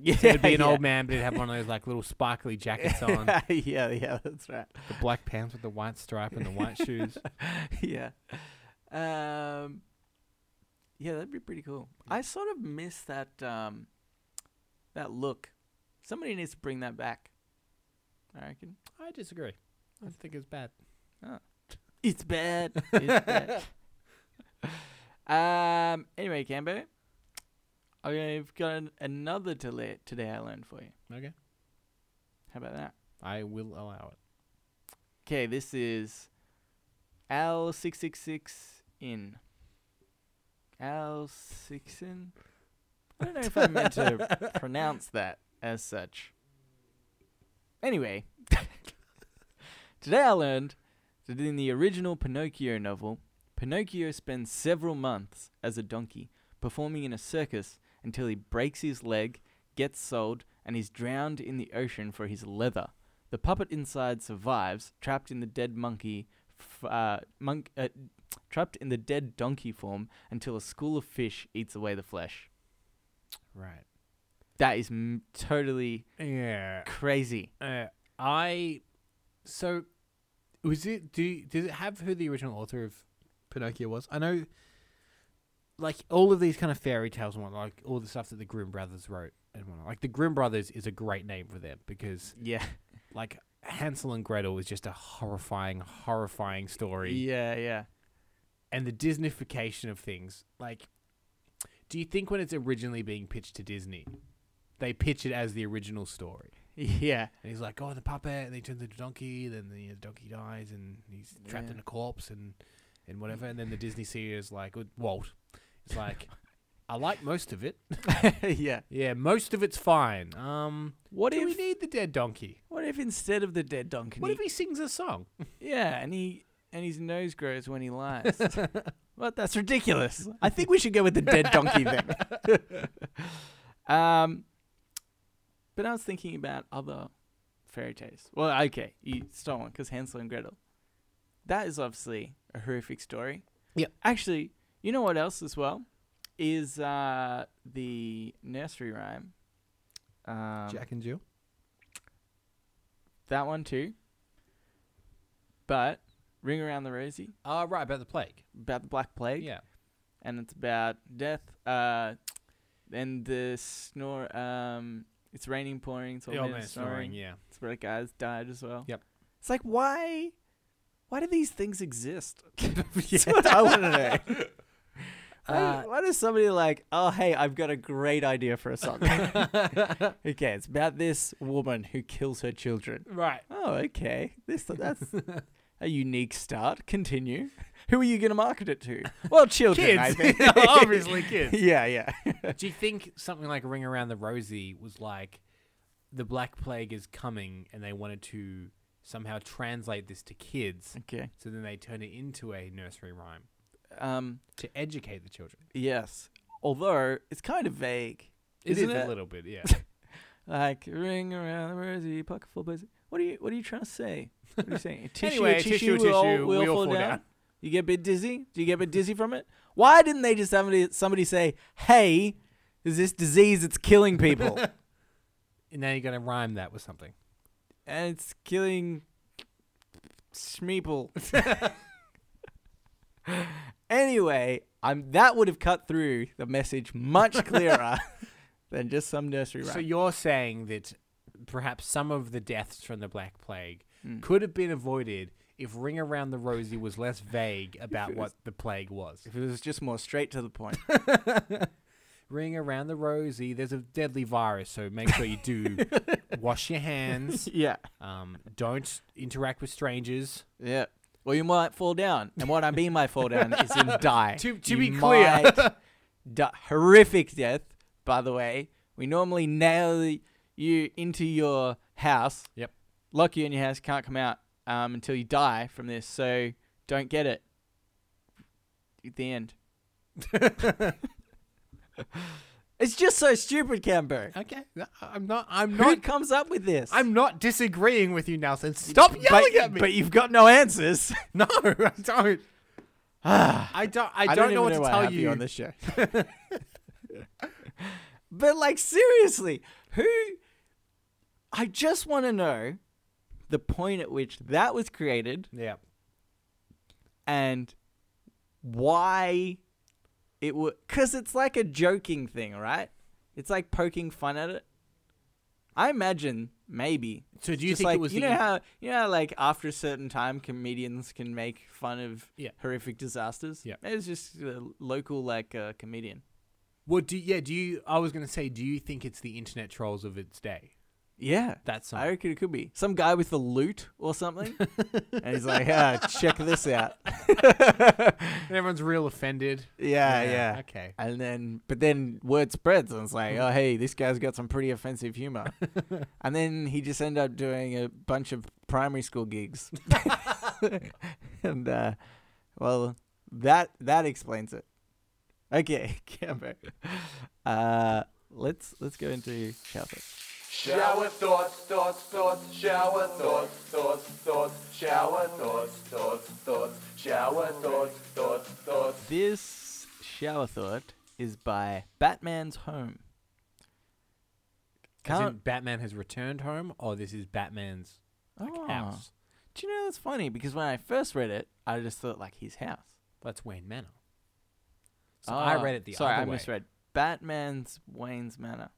Speaker 1: Yeah,
Speaker 2: So it'd be an old man, but it'd have one of those like little sparkly jackets on, the
Speaker 1: yeah, yeah, that's right.
Speaker 2: black pants with the white stripe and the white shoes.
Speaker 1: yeah. Um Yeah, that'd be pretty cool. I sort of miss that um that look. Somebody needs to bring that back. I reckon.
Speaker 2: I disagree. I think it's bad.
Speaker 1: It's bad. It's bad. um. Anyway, Cambo, I've got an, another to le- today I learned for you.
Speaker 2: Okay,
Speaker 1: How about that?
Speaker 2: I will allow it.
Speaker 1: Okay, this is Al six six six in. Al sixin. I don't know if I'm meant to pronounce that as such. Anyway, today I learned that in the original Pinocchio novel, Pinocchio spends several months as a donkey, performing in a circus until he breaks his leg, gets sold, and is drowned in the ocean for his leather. The puppet inside survives, trapped in the dead monkey, f- uh, monk, uh, trapped in the dead donkey form until a school of fish eats away the flesh.
Speaker 2: Right.
Speaker 1: That is m- totally
Speaker 2: Yeah.
Speaker 1: crazy.
Speaker 2: Uh, I. So, was it? Do you- does it have who the original author of Pinocchio was? I know. Like all of these kind of fairy tales and whatnot, like all the stuff that the Grimm brothers wrote and whatnot. Like the Grimm brothers is a great name for them because
Speaker 1: Yeah.
Speaker 2: like Hansel and Gretel was just a horrifying, horrifying story.
Speaker 1: Yeah, yeah.
Speaker 2: And the Disneyfication of things, like, do you think when it's originally being pitched to Disney, they pitch it as the original story?
Speaker 1: Yeah.
Speaker 2: And he's like, oh, the puppet, and he turns into a donkey, then the, the donkey dies, and he's trapped
Speaker 1: Yeah.
Speaker 2: in a corpse, and and whatever. And then the Disney CEO is like, with Walt, it's like, I like most of it.
Speaker 1: yeah.
Speaker 2: Yeah, most of it's fine. Um,
Speaker 1: What
Speaker 2: do we
Speaker 1: if
Speaker 2: need the dead donkey?
Speaker 1: what if instead of the dead donkey
Speaker 2: What if he sings a song?
Speaker 1: Yeah, and he and his nose grows when he lies. well, that's ridiculous. I think we should go with the dead donkey thing. um, but I was thinking about other fairy tales. Well, okay, you stole one because Hansel and Gretel. That is obviously a horrific story.
Speaker 2: Yep.
Speaker 1: Actually, you know what else as well is uh, the nursery rhyme. Um,
Speaker 2: and Jill.
Speaker 1: that one too. But Ring Around the Rosie
Speaker 2: Uh, right, about the plague.
Speaker 1: about the Black Plague,
Speaker 2: Yeah.
Speaker 1: and it's about death. Uh, and the snore. Um, it's raining, pouring. It's all
Speaker 2: The old man
Speaker 1: snoring.
Speaker 2: snoring, yeah.
Speaker 1: It's where a guy's died as well.
Speaker 2: Yep.
Speaker 1: It's like why, why do these things exist? That's what I want to know. Why,
Speaker 2: Uh,
Speaker 1: why does somebody like, oh hey, I've got a great idea for a song? okay, it's about this woman who kills her children.
Speaker 2: right.
Speaker 1: Oh, okay. This that's a unique start. Continue. Who are you going to market it to? Well, children, I
Speaker 2: Kids.
Speaker 1: think.
Speaker 2: Obviously, kids.
Speaker 1: yeah, yeah.
Speaker 2: Do you think something like Ring Around the Rosie was like the Black Plague is coming and they wanted to somehow translate this to kids?
Speaker 1: Okay.
Speaker 2: So then they turned it into a nursery rhyme
Speaker 1: Um.
Speaker 2: to educate the children.
Speaker 1: Yes. Although it's kind of vague. Isn't
Speaker 2: Isn't
Speaker 1: it?
Speaker 2: a little bit, yeah.
Speaker 1: Like ring around the rosy, pocket full of busy. What are you? What are you trying to say? What are you saying? tissue,
Speaker 2: Anyway,
Speaker 1: tissue,
Speaker 2: tissue,
Speaker 1: we all,
Speaker 2: tissue,
Speaker 1: we all fall, down. You get a bit dizzy. Do you get a bit dizzy from it? Why didn't they just somebody somebody say, "Hey, is this disease that's killing people
Speaker 2: And now you're gonna rhyme that with something.
Speaker 1: and it's killing Schmeeple?" anyway, I'm that would have cut through the message much clearer than just some nursery rhyme.
Speaker 2: So you're saying that perhaps some of the deaths from the Black Plague
Speaker 1: Mm.
Speaker 2: could have been avoided if Ring Around the Rosie was less vague about
Speaker 1: it
Speaker 2: what the plague was.
Speaker 1: if it was just more straight to the point.
Speaker 2: Ring Around the Rosie, there's a deadly virus, so make sure you do wash your hands.
Speaker 1: yeah.
Speaker 2: Um, don't interact with strangers.
Speaker 1: Yeah. Well, you might fall down, and what I mean by fall down is in die.
Speaker 2: To- to
Speaker 1: You
Speaker 2: be clear.
Speaker 1: might di- horrific death. By the way, we normally nail you into your house.
Speaker 2: Yep.
Speaker 1: Lock you in your house, can't come out um, until you die from this. So don't get it. At the end. It's just so stupid, Cambo.
Speaker 2: okay, no, I'm not. I'm
Speaker 1: Who
Speaker 2: not.
Speaker 1: comes up with this?
Speaker 2: I'm not disagreeing with you, Nelson. Stop
Speaker 1: But-
Speaker 2: yelling at me.
Speaker 1: But you've got no answers.
Speaker 2: no, I don't.
Speaker 1: Ah.
Speaker 2: I don't. I
Speaker 1: I
Speaker 2: don't,
Speaker 1: don't,
Speaker 2: know what
Speaker 1: even
Speaker 2: to
Speaker 1: why I
Speaker 2: tell
Speaker 1: have
Speaker 2: you.
Speaker 1: on this show. but like seriously, who? I just want to know the point at which that was created
Speaker 2: Yeah.
Speaker 1: and why it would. Because it's like a joking thing, right? It's like poking fun at it. I imagine maybe
Speaker 2: So do you
Speaker 1: just
Speaker 2: think
Speaker 1: like,
Speaker 2: it was
Speaker 1: you
Speaker 2: the
Speaker 1: know how you know how, like after a certain time comedians can make fun of
Speaker 2: Yeah.
Speaker 1: horrific disasters
Speaker 2: Yeah.
Speaker 1: it was just a local like uh, comedian
Speaker 2: Well, do yeah? Do you? I was gonna say, do you think it's the internet trolls of its day?
Speaker 1: yeah
Speaker 2: That's
Speaker 1: I reckon it could be some guy with a lute or something, and he's like, "Yeah, check this out." yeah,
Speaker 2: everyone's real offended.
Speaker 1: yeah,
Speaker 2: Okay.
Speaker 1: And then, but then word spreads, and it's like, "Oh, hey, this guy's got some pretty offensive humor." and then he just ended up doing a bunch of primary school gigs, and uh, well, that that explains it. Okay, Cambo. Uh, let's let's go into shelter.
Speaker 3: Shower thoughts, thoughts, thoughts, shower thoughts, thoughts, thoughts, shower thoughts, thoughts, thoughts, shower thoughts, thoughts, thoughts.
Speaker 1: This shower thought is by Batman's Home.
Speaker 2: As in
Speaker 1: Can't
Speaker 2: Batman has returned home, or this is Batman's like,
Speaker 1: Oh.
Speaker 2: house?
Speaker 1: Do you know that's funny? Because when I first read it, I just thought like his house.
Speaker 2: That's Wayne Manor. So I
Speaker 1: Ah,
Speaker 2: read it the
Speaker 1: sorry,
Speaker 2: other
Speaker 1: I
Speaker 2: way.
Speaker 1: misread. Batman's Wayne's Manor.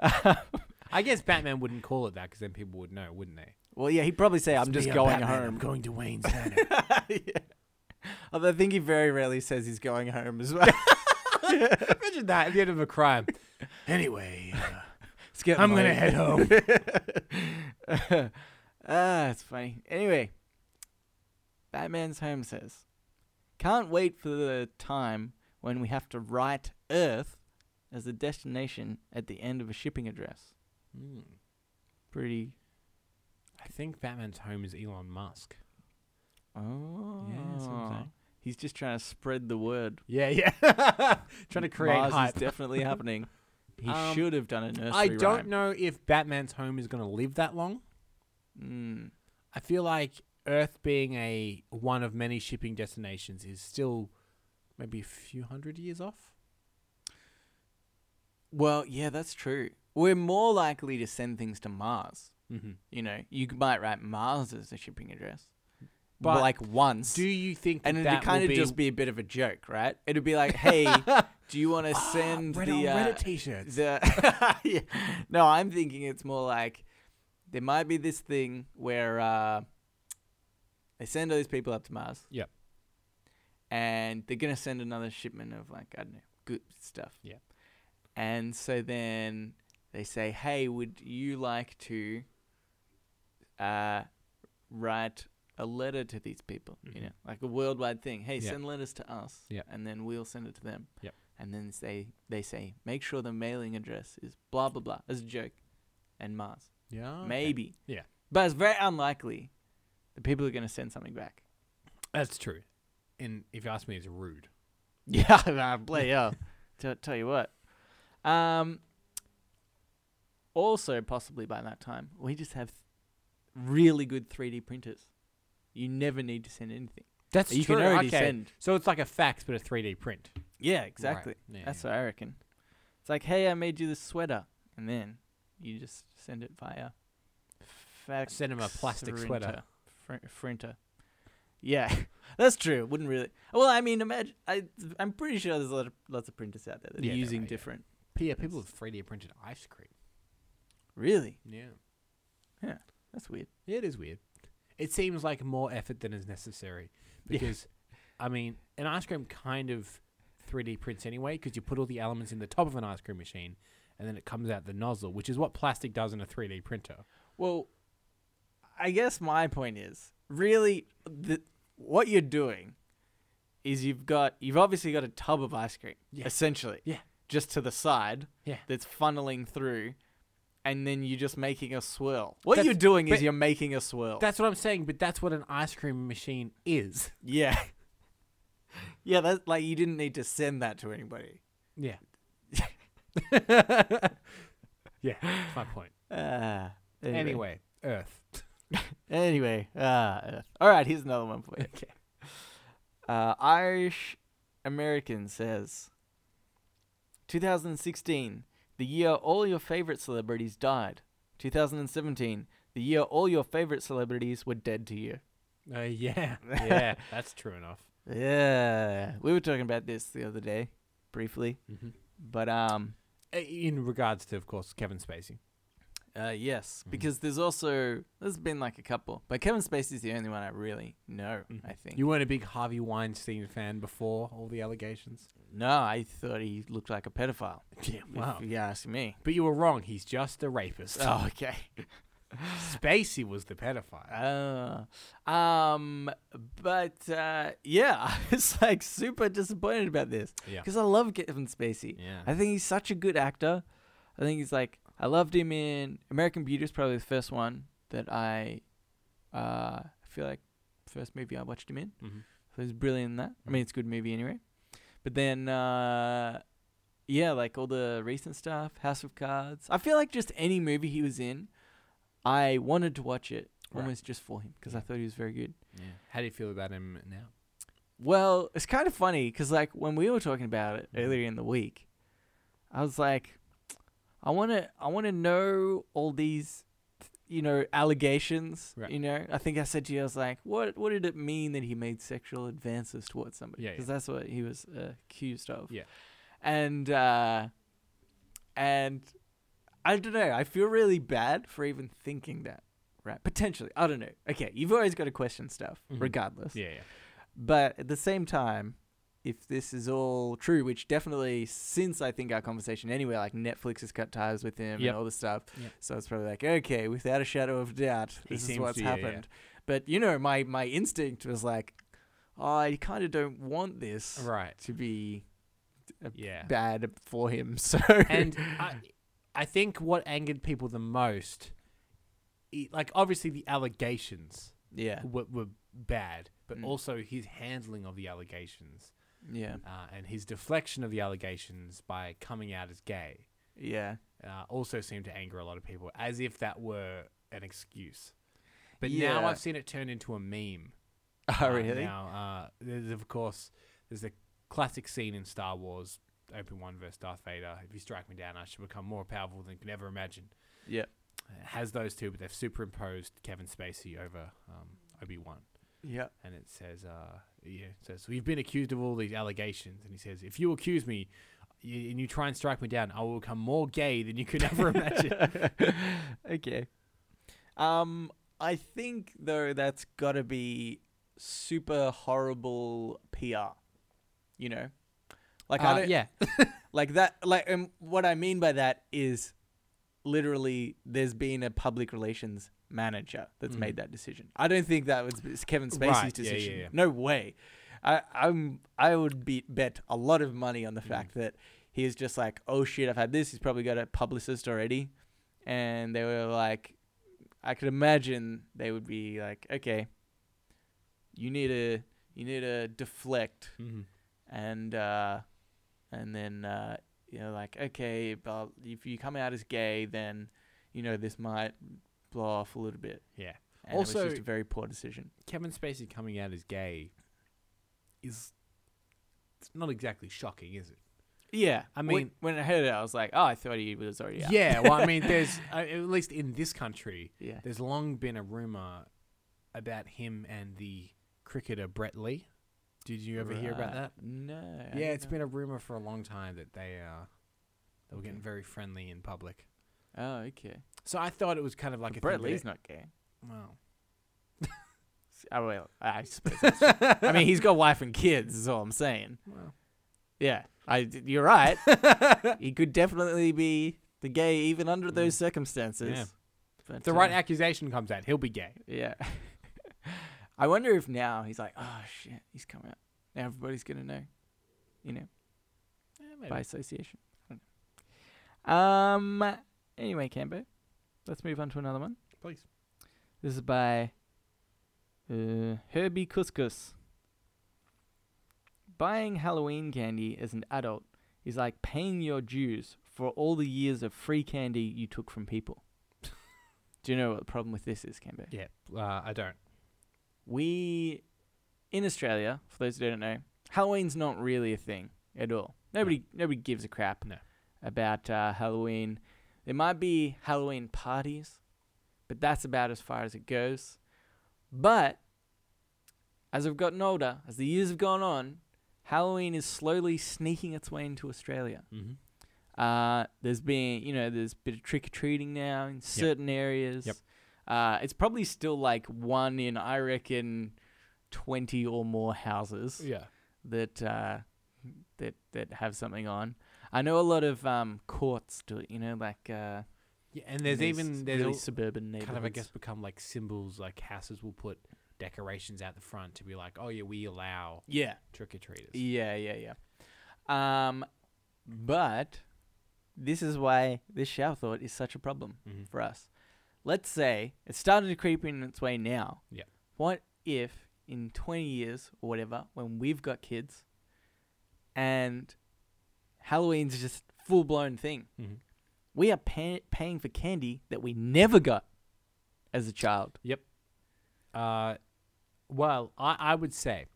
Speaker 2: I guess Batman wouldn't call it that because then people would know, wouldn't they?
Speaker 1: well, yeah, he'd probably say, "I'm just going home."
Speaker 2: going to Wayne's Manor.
Speaker 1: Yeah. Although I think he very rarely says he's going home as well.
Speaker 2: Imagine that at the end of a crime. anyway, uh,
Speaker 1: It's getting
Speaker 2: I'm gonna
Speaker 1: late.
Speaker 2: head home.
Speaker 1: ah, it's funny. Anyway, Batman's home says, "Can't wait for the time when we have to write Earth as the destination at the end of a shipping address."
Speaker 2: Hmm.
Speaker 1: Pretty.
Speaker 2: I think Batman's home is Elon Musk.
Speaker 1: Oh,
Speaker 2: that's what I'm saying.
Speaker 1: He's just trying to spread the word.
Speaker 2: Yeah, yeah. Trying to create
Speaker 1: Mars
Speaker 2: hype.
Speaker 1: is definitely happening. He
Speaker 2: Um,
Speaker 1: should have done a nursery
Speaker 2: I don't
Speaker 1: rhyme.
Speaker 2: know if Batman's home is going to live that long.
Speaker 1: Mm,
Speaker 2: I feel like Earth being a one of many shipping destinations is still maybe a few hundred years off.
Speaker 1: well, yeah, that's true. We're more likely to send things to Mars.
Speaker 2: Mm-hmm.
Speaker 1: You know, you might write Mars as a shipping address, but,
Speaker 2: But
Speaker 1: like once,
Speaker 2: Do you think
Speaker 1: and
Speaker 2: that
Speaker 1: it'd
Speaker 2: that
Speaker 1: kind of
Speaker 2: will be
Speaker 1: just be a bit of a joke, right? It'd be like, hey, do you want to send
Speaker 2: Ah, Reddit,
Speaker 1: the
Speaker 2: on
Speaker 1: uh,
Speaker 2: Reddit t-shirts?
Speaker 1: the? yeah. No, I'm thinking it's more like, there might be this thing where uh, they send all these people up to Mars.
Speaker 2: Yep.
Speaker 1: And they're gonna send another shipment of like I don't know good stuff.
Speaker 2: Yep.
Speaker 1: And so then they say, "Hey, would you like to uh, write a letter to these people? You
Speaker 2: Mhm.
Speaker 1: know, like a worldwide thing. Hey,
Speaker 2: Yeah.
Speaker 1: send letters to us,
Speaker 2: Yep.
Speaker 1: and then we'll send it to them.
Speaker 2: Yep.
Speaker 1: And then say they say, make sure the mailing address is blah blah blah as a joke, and Mars."
Speaker 2: Yeah. okay.
Speaker 1: Maybe.
Speaker 2: Yeah.
Speaker 1: But it's very unlikely the people are going to send something back.
Speaker 2: That's true. And if you ask me, it's rude.
Speaker 1: Yeah, nah, bloody hell. T- tell you what. Um, also, possibly by that time, we just have really good 3D printers. You never need to send anything.
Speaker 2: That's
Speaker 1: you can already send.
Speaker 2: So it's like a fax, but a 3D print.
Speaker 1: Yeah, exactly.
Speaker 2: Yeah,
Speaker 1: That's
Speaker 2: yeah.
Speaker 1: what I reckon. It's like, hey, I made you this sweater. And then you just send it via fax.
Speaker 2: Send 'em a plastic
Speaker 1: printer.
Speaker 2: sweater.
Speaker 1: Fr- printer. Yeah, that's true. Wouldn't really. Well, I mean, imagine. I, I'm pretty sure there's a lot of, lots of printers out there that
Speaker 2: Yeah,
Speaker 1: are
Speaker 2: there
Speaker 1: using
Speaker 2: are, yeah.
Speaker 1: different.
Speaker 2: Yeah, people have 3D printed ice cream.
Speaker 1: Really?
Speaker 2: Yeah.
Speaker 1: That's weird.
Speaker 2: It is weird. It seems like more effort than is necessary
Speaker 1: Yeah.
Speaker 2: because, I mean, an ice cream kind of 3D prints anyway because you put all the elements in the top of an ice cream machine and then it comes out the nozzle, which is what plastic does in a 3D printer.
Speaker 1: Well, I guess my point is really the, what you're doing is you've got you've obviously got a tub of ice cream
Speaker 2: Yeah.
Speaker 1: essentially
Speaker 2: Yeah.
Speaker 1: just to the side
Speaker 2: Yeah.
Speaker 1: that's funneling through and then you're just making a swirl what
Speaker 2: That's-
Speaker 1: you're doing is
Speaker 2: but-
Speaker 1: you're making a swirl
Speaker 2: That's what I'm saying, but that's what an ice cream machine is.
Speaker 1: yeah yeah that's like you didn't need to send that to anybody
Speaker 2: Yeah. yeah, that's my point.
Speaker 1: uh,
Speaker 2: Anyway, Earth.
Speaker 1: Anyway, uh, all right, here's another one for you. Okay. Uh, Irish American says 2016, the year all your favorite celebrities died. 2017, the year all your favorite celebrities were dead to you.
Speaker 2: Uh, yeah, yeah, that's true enough.
Speaker 1: Yeah. We were talking about this the other day, briefly.
Speaker 2: Mhm.
Speaker 1: But, um,
Speaker 2: Uh, In regards to, of course, Kevin Spacey.
Speaker 1: uh, yes, because there's also, there's been like a couple, but Kevin Spacey's the only one I really know, I think.
Speaker 2: You weren't a big Harvey Weinstein fan before all the allegations.
Speaker 1: no, I thought he looked like a pedophile.
Speaker 2: Yeah,
Speaker 1: If you ask me.
Speaker 2: But you were wrong. He's just a rapist.
Speaker 1: Oh, okay.
Speaker 2: Spacey was the pedophile.
Speaker 1: Uh, um, but uh, yeah, I was like super disappointed about this
Speaker 2: Yeah.
Speaker 1: because I love Kevin Spacey.
Speaker 2: Yeah.
Speaker 1: I think he's such a good actor. I think he's like I loved him in American Beauty is probably the first one that I uh feel like first movie I watched him in.
Speaker 2: Mhm.
Speaker 1: So he's brilliant in that. I mean, it's a good movie anyway. But then, uh, yeah, like all the recent stuff, House of Cards. I feel like just any movie he was in, I wanted to watch it
Speaker 2: Right.
Speaker 1: almost just for him because I
Speaker 2: Yeah.
Speaker 1: thought he was very good.
Speaker 2: Yeah. How do you feel about him now?
Speaker 1: Well, it's kind of funny because like when we were talking about
Speaker 2: Mm-hmm.
Speaker 1: it earlier in the week, I was like, I want to, I want to know all these, you know, allegations.
Speaker 2: Right.
Speaker 1: You know, I think I said to you, I was like, what, what did it mean that he made sexual advances towards somebody?
Speaker 2: Yeah, yeah.
Speaker 1: because that's what he was uh, accused of.
Speaker 2: Yeah.
Speaker 1: and uh, and I don't know. I feel really bad for even thinking that. Right, potentially. I don't know. Okay, you've always got to question stuff,
Speaker 2: Mhm.
Speaker 1: regardless.
Speaker 2: Yeah, yeah.
Speaker 1: But at the same time, if this is all true, which definitely since I think our conversation anyway, like Netflix has cut ties with him
Speaker 2: Yep.
Speaker 1: and all this stuff.
Speaker 2: Yep.
Speaker 1: So it's probably like, okay, without a shadow of doubt,
Speaker 2: He
Speaker 1: this is
Speaker 2: seems
Speaker 1: what's
Speaker 2: to- yeah, yeah.
Speaker 1: happened. But you know, my my instinct was like, I kind of don't want this
Speaker 2: Right.
Speaker 1: to be
Speaker 2: Yeah.
Speaker 1: bad for him. So
Speaker 2: and I, I think what angered people the most, i like obviously the allegations
Speaker 1: yeah,
Speaker 2: were, were bad, but
Speaker 1: Mm.
Speaker 2: also his handling of the allegations
Speaker 1: yeah,
Speaker 2: uh, and his deflection of the allegations by coming out as gay
Speaker 1: yeah.
Speaker 2: uh, also seemed to anger a lot of people, as if that were an excuse. But now
Speaker 1: Yeah.
Speaker 2: I've seen it turn into a meme.
Speaker 1: Oh
Speaker 2: uh,
Speaker 1: really?
Speaker 2: Now, uh, there's of course there's the classic scene in Star Wars, Open One versus Darth Vader. If you strike me down, I should become more powerful than you could ever imagine.
Speaker 1: Yeah.
Speaker 2: It has those two, but they've superimposed Kevin Spacey over um, Obi Wan,
Speaker 1: Yeah.
Speaker 2: and it says, uh, "Yeah, it says we've been accused of all these allegations," and he says, "If you accuse me." y- And you try and strike me down, I will become more gay than you could ever imagine.
Speaker 1: okay. Um, I think though that's got to be super horrible PR. You know, like I
Speaker 2: Uh,
Speaker 1: don't,
Speaker 2: yeah.
Speaker 1: like that. Like, um, what I mean by that is literally there's been a public relations manager that's
Speaker 2: Mhm.
Speaker 1: made that decision. I don't think that was it's Kevin Spacey's
Speaker 2: Right, yeah, yeah,
Speaker 1: decision.
Speaker 2: yeah.
Speaker 1: No way. I, I'm I would be, bet a lot of money on the
Speaker 2: Mm-hmm.
Speaker 1: fact that he is just like, oh shit, I've had this. He's probably got a publicist already, and they were like, I could imagine they would be like, okay, you need to you need to deflect
Speaker 2: Mhm.
Speaker 1: and uh, and then uh, you know like okay, but if you come out as gay, then you know this might blow off a little bit.
Speaker 2: Yeah.
Speaker 1: And it was
Speaker 2: Also-
Speaker 1: just a very poor decision.
Speaker 2: Kevin Spacey coming out as gay is it's not exactly shocking, is it?
Speaker 1: Yeah,
Speaker 2: I
Speaker 1: When-
Speaker 2: mean-
Speaker 1: when, I heard it, I was like, oh, I thought he was already out.
Speaker 2: well, I mean, there's uh, at least in this country,
Speaker 1: yeah,
Speaker 2: there's long been a rumor about him and the cricketer Brett Lee. Did you ever hear
Speaker 1: Right.
Speaker 2: about that?
Speaker 1: No. I
Speaker 2: yeah,
Speaker 1: didn't
Speaker 2: it's
Speaker 1: know.
Speaker 2: been a rumor for a long time that they uh, they were
Speaker 1: Okay.
Speaker 2: getting very friendly in public.
Speaker 1: Oh, okay.
Speaker 2: So I thought it was kind of like a
Speaker 1: Like Brett
Speaker 2: thing, but
Speaker 1: Lee's
Speaker 2: it-
Speaker 1: not gay.
Speaker 2: Well,
Speaker 1: Oh, well, I suppose. That's true. I mean, he's got wife and kids. Is all I'm saying.
Speaker 2: well,
Speaker 1: Yeah, I. You're right. he could definitely be the gay, even under those circumstances.
Speaker 2: Mm. Yeah.
Speaker 1: But,
Speaker 2: the right
Speaker 1: uh,
Speaker 2: accusation comes out, he'll be gay.
Speaker 1: Yeah. I wonder if now he's like, oh shit, he's coming out. Now everybody's gonna know, you know, by association. I don't know. Um. Anyway, Cambo, let's move on to another one.
Speaker 2: Please.
Speaker 1: This is by uh, Herbie Couscous. Buying Halloween candy as an adult is like paying your dues for all the years of free candy you took from people. Do you know what the problem with this is, Cambo?
Speaker 2: Yeah, uh, I don't.
Speaker 1: we in Australia, for those who don't know, Halloween's not really a thing at all. Nobody nobody gives a crap
Speaker 2: No.
Speaker 1: about uh, Halloween. There might be Halloween parties, but that's about as far as it goes. But as I've gotten older, as the years have gone on, Halloween is slowly sneaking its way into Australia.
Speaker 2: Mm-hmm.
Speaker 1: Uh, there's been, you know, there's a bit of trick or treating now in certain areas.
Speaker 2: Yep.
Speaker 1: Uh, it's probably still like one in, I reckon, twenty or more houses
Speaker 2: Yeah.
Speaker 1: that uh, that that have something on. I know a lot of um, courts do it, you know, like uh,
Speaker 2: Yeah, and
Speaker 1: in
Speaker 2: there's
Speaker 1: these
Speaker 2: even there's
Speaker 1: really
Speaker 2: al-
Speaker 1: suburban neighborhoods.
Speaker 2: kind of I guess become like symbols like houses will put decorations out the front to be like, oh yeah, we allow
Speaker 1: yeah,
Speaker 2: trick or treaters.
Speaker 1: yeah, yeah, yeah. Um, but this is why this shower thought is such a problem.
Speaker 2: Mhm.
Speaker 1: for us. Let's say it started to creep in its way now.
Speaker 2: Yeah.
Speaker 1: What if in 20 years or whatever, when we've got kids and Halloween's just full blown thing,
Speaker 2: Mhm.
Speaker 1: we are pay- paying for candy that we never got as a child.
Speaker 2: Uh, well, I, I would say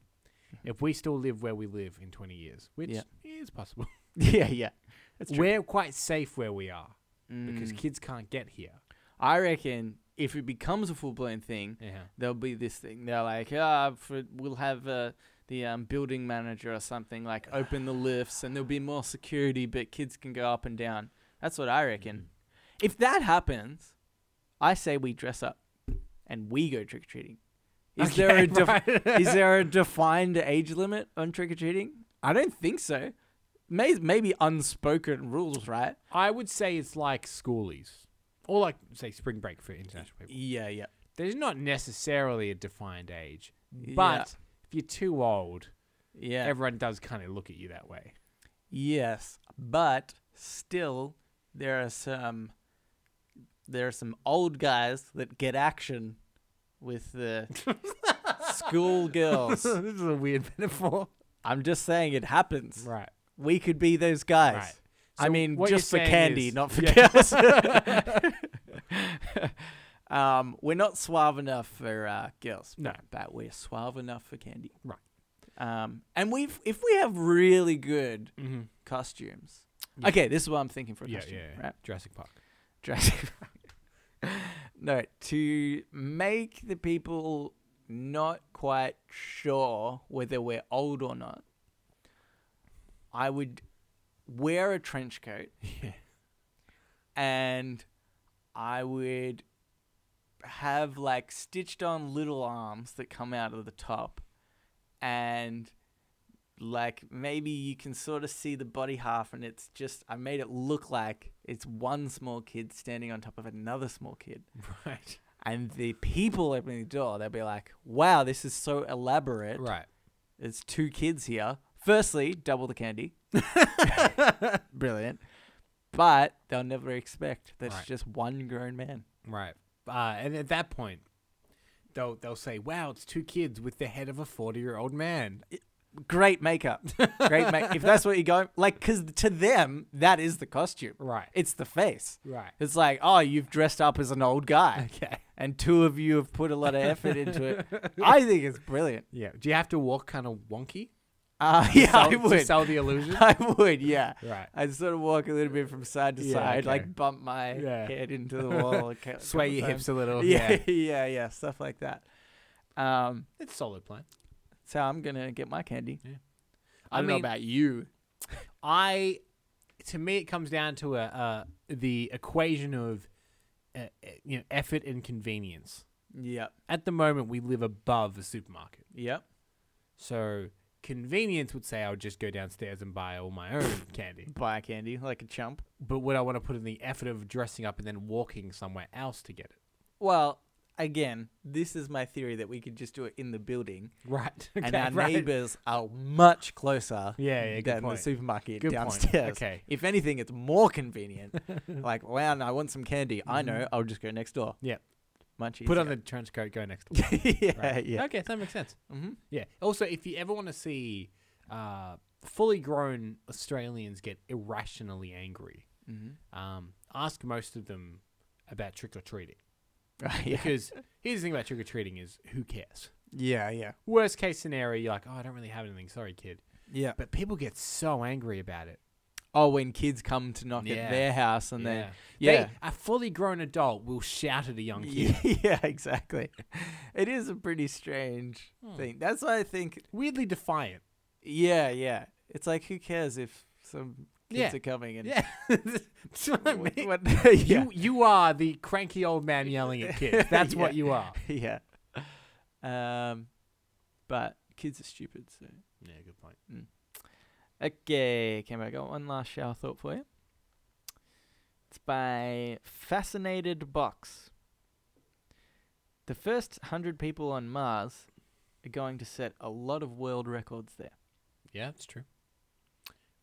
Speaker 2: if we still live where we live in 20 years, which
Speaker 1: Yeah.
Speaker 2: is possible,
Speaker 1: yeah, yeah. That's true.
Speaker 2: we're quite safe where we are because
Speaker 1: Mm.
Speaker 2: kids can't get here.
Speaker 1: I reckon if it becomes a full blown thing,
Speaker 2: Yeah.
Speaker 1: there'll be this thing. They're like, ah, for, we'll have uh, the um, building manager or something like open the lifts, and there'll be more security, but kids can go up and down. That's what I reckon. If that happens, I say we dress up and we go trick or treating. Is there a def- is there a defined age limit on trick or treating? I don't think so. May- maybe unspoken rules, right?
Speaker 2: I would say it's like schoolies or like say spring break for international people.
Speaker 1: Yeah, yeah.
Speaker 2: There's not necessarily a defined age,
Speaker 1: Yeah.
Speaker 2: but if you're too old,
Speaker 1: Yeah.
Speaker 2: everyone does kind of look at you that way.
Speaker 1: Yes, but still, there are some there are some old guys that get action with the school girls.
Speaker 2: is a weird metaphor.
Speaker 1: I'm just saying it happens.
Speaker 2: Right.
Speaker 1: We could be those guys.
Speaker 2: Right.
Speaker 1: I
Speaker 2: So
Speaker 1: mean,
Speaker 2: what you're
Speaker 1: just for
Speaker 2: saying
Speaker 1: candy,
Speaker 2: is-
Speaker 1: not for
Speaker 2: Yeah.
Speaker 1: girls. um, we're not suave enough for uh, girls,
Speaker 2: No.
Speaker 1: but- but we're suave enough for candy.
Speaker 2: Right.
Speaker 1: Um, and we've if we have really good
Speaker 2: Mm-hmm.
Speaker 1: costumes.
Speaker 2: Yeah.
Speaker 1: Okay, this is what I'm thinking for a
Speaker 2: Yeah,
Speaker 1: costume.
Speaker 2: yeah, yeah.
Speaker 1: Right?
Speaker 2: Jurassic Park.
Speaker 1: Jurassic Park. no, to make the people not quite sure whether we're old or not, I would wear a trench coat
Speaker 2: Yeah.
Speaker 1: and I would have like stitched on little arms that come out of the top and like maybe you can sort of see the body half and it's just I made it look like it's one small kid standing on top of another small kid.
Speaker 2: Right.
Speaker 1: And the people opening the door, they'll be like, Wow, this is so elaborate.
Speaker 2: Right.
Speaker 1: It's two kids here. Firstly, double the candy. Brilliant. But they'll never expect that
Speaker 2: Right.
Speaker 1: it's just one grown man.
Speaker 2: Right. Uh, and at that point, they'll they'll say, "Wow, it's two kids with the head of a forty-year-old man."
Speaker 1: Great makeup. Great make if that's what you're going like cuz to them that is the costume.
Speaker 2: Right.
Speaker 1: It's the face.
Speaker 2: Right.
Speaker 1: It's like, "Oh, you've dressed up as an old guy."
Speaker 2: Okay.
Speaker 1: And two of you have put a lot of effort into it. I think it's brilliant.
Speaker 2: Yeah. Do you have to walk kind of wonky?
Speaker 1: Uh, yeah,
Speaker 2: Sell-
Speaker 1: I
Speaker 2: To
Speaker 1: would.
Speaker 2: sell the illusion.
Speaker 1: I would, yeah.
Speaker 2: Right.
Speaker 1: I'd sort of walk a little bit from side to
Speaker 2: Yeah,
Speaker 1: side,
Speaker 2: okay.
Speaker 1: like bump my
Speaker 2: Yeah.
Speaker 1: head into the wall, a cou- couple
Speaker 2: Sway your
Speaker 1: times.
Speaker 2: hips a little.
Speaker 1: yeah,
Speaker 2: Yeah.
Speaker 1: yeah, yeah, stuff like that. Um,
Speaker 2: It's a solid plan.
Speaker 1: so I'm gonna get my candy.
Speaker 2: Yeah.
Speaker 1: I,
Speaker 2: I
Speaker 1: don't
Speaker 2: mean-
Speaker 1: know about you.
Speaker 2: I, to me, it comes down to a, uh, the equation of, uh, uh, you know, effort and convenience.
Speaker 1: Yep,
Speaker 2: At the moment, we live above a supermarket,
Speaker 1: yep.
Speaker 2: so convenience would say I would just go downstairs and buy all my own candy.
Speaker 1: Buy a candy like a chump.
Speaker 2: but would I want to put in the effort of dressing up and then walking somewhere else to get it?
Speaker 1: Well, again, this is my theory that we could just do it in the building,
Speaker 2: Right.
Speaker 1: and our
Speaker 2: right.
Speaker 1: neighbors are much closer.
Speaker 2: Yeah, yeah, good
Speaker 1: than
Speaker 2: point.
Speaker 1: the supermarket
Speaker 2: Good point.
Speaker 1: downstairs.
Speaker 2: Okay.
Speaker 1: If anything, it's more convenient. like, wow, I want some candy. I know. I'll just go next door.
Speaker 2: Mm-hmm. Yeah.
Speaker 1: Much easier.
Speaker 2: Put on the trench coat, go next. door.
Speaker 1: yeah,
Speaker 2: Right.
Speaker 1: yeah.
Speaker 2: Okay, that makes sense.
Speaker 1: Mm-hmm.
Speaker 2: Yeah. Also, if you ever want to see uh, fully grown Australians get irrationally angry,
Speaker 1: Mm-hmm.
Speaker 2: um, ask most of them about trick or treating.
Speaker 1: Right. Yeah.
Speaker 2: Because here's the thing about trick or treating is who cares?
Speaker 1: Yeah. Yeah.
Speaker 2: Worst case scenario, you're like, oh, I don't really have anything. Sorry, kid.
Speaker 1: Yeah.
Speaker 2: But people get so angry about it.
Speaker 1: Oh, when kids come to knock
Speaker 2: Yeah.
Speaker 1: at their house and
Speaker 2: Yeah.
Speaker 1: then
Speaker 2: They,
Speaker 1: yeah.
Speaker 2: a fully grown adult will shout at a young kid.
Speaker 1: yeah, exactly. It is a pretty strange
Speaker 2: Hmm.
Speaker 1: thing. That's why I think,
Speaker 2: weirdly defiant.
Speaker 1: yeah, yeah. It's like, who cares if some kids
Speaker 2: Yeah.
Speaker 1: are coming and
Speaker 2: Yeah, that's what I
Speaker 1: What-
Speaker 2: mean.
Speaker 1: what- yeah.
Speaker 2: You you are the cranky old man yelling at kids. That's what
Speaker 1: Yeah.
Speaker 2: you are.
Speaker 1: yeah. Um, but kids are stupid. So
Speaker 2: Yeah, good point.
Speaker 1: okay, Cam, I got one last shower thought for you. It's by Fascinated Box. The first hundred people on Mars are going to set a lot of world records there.
Speaker 2: Yeah, that's true.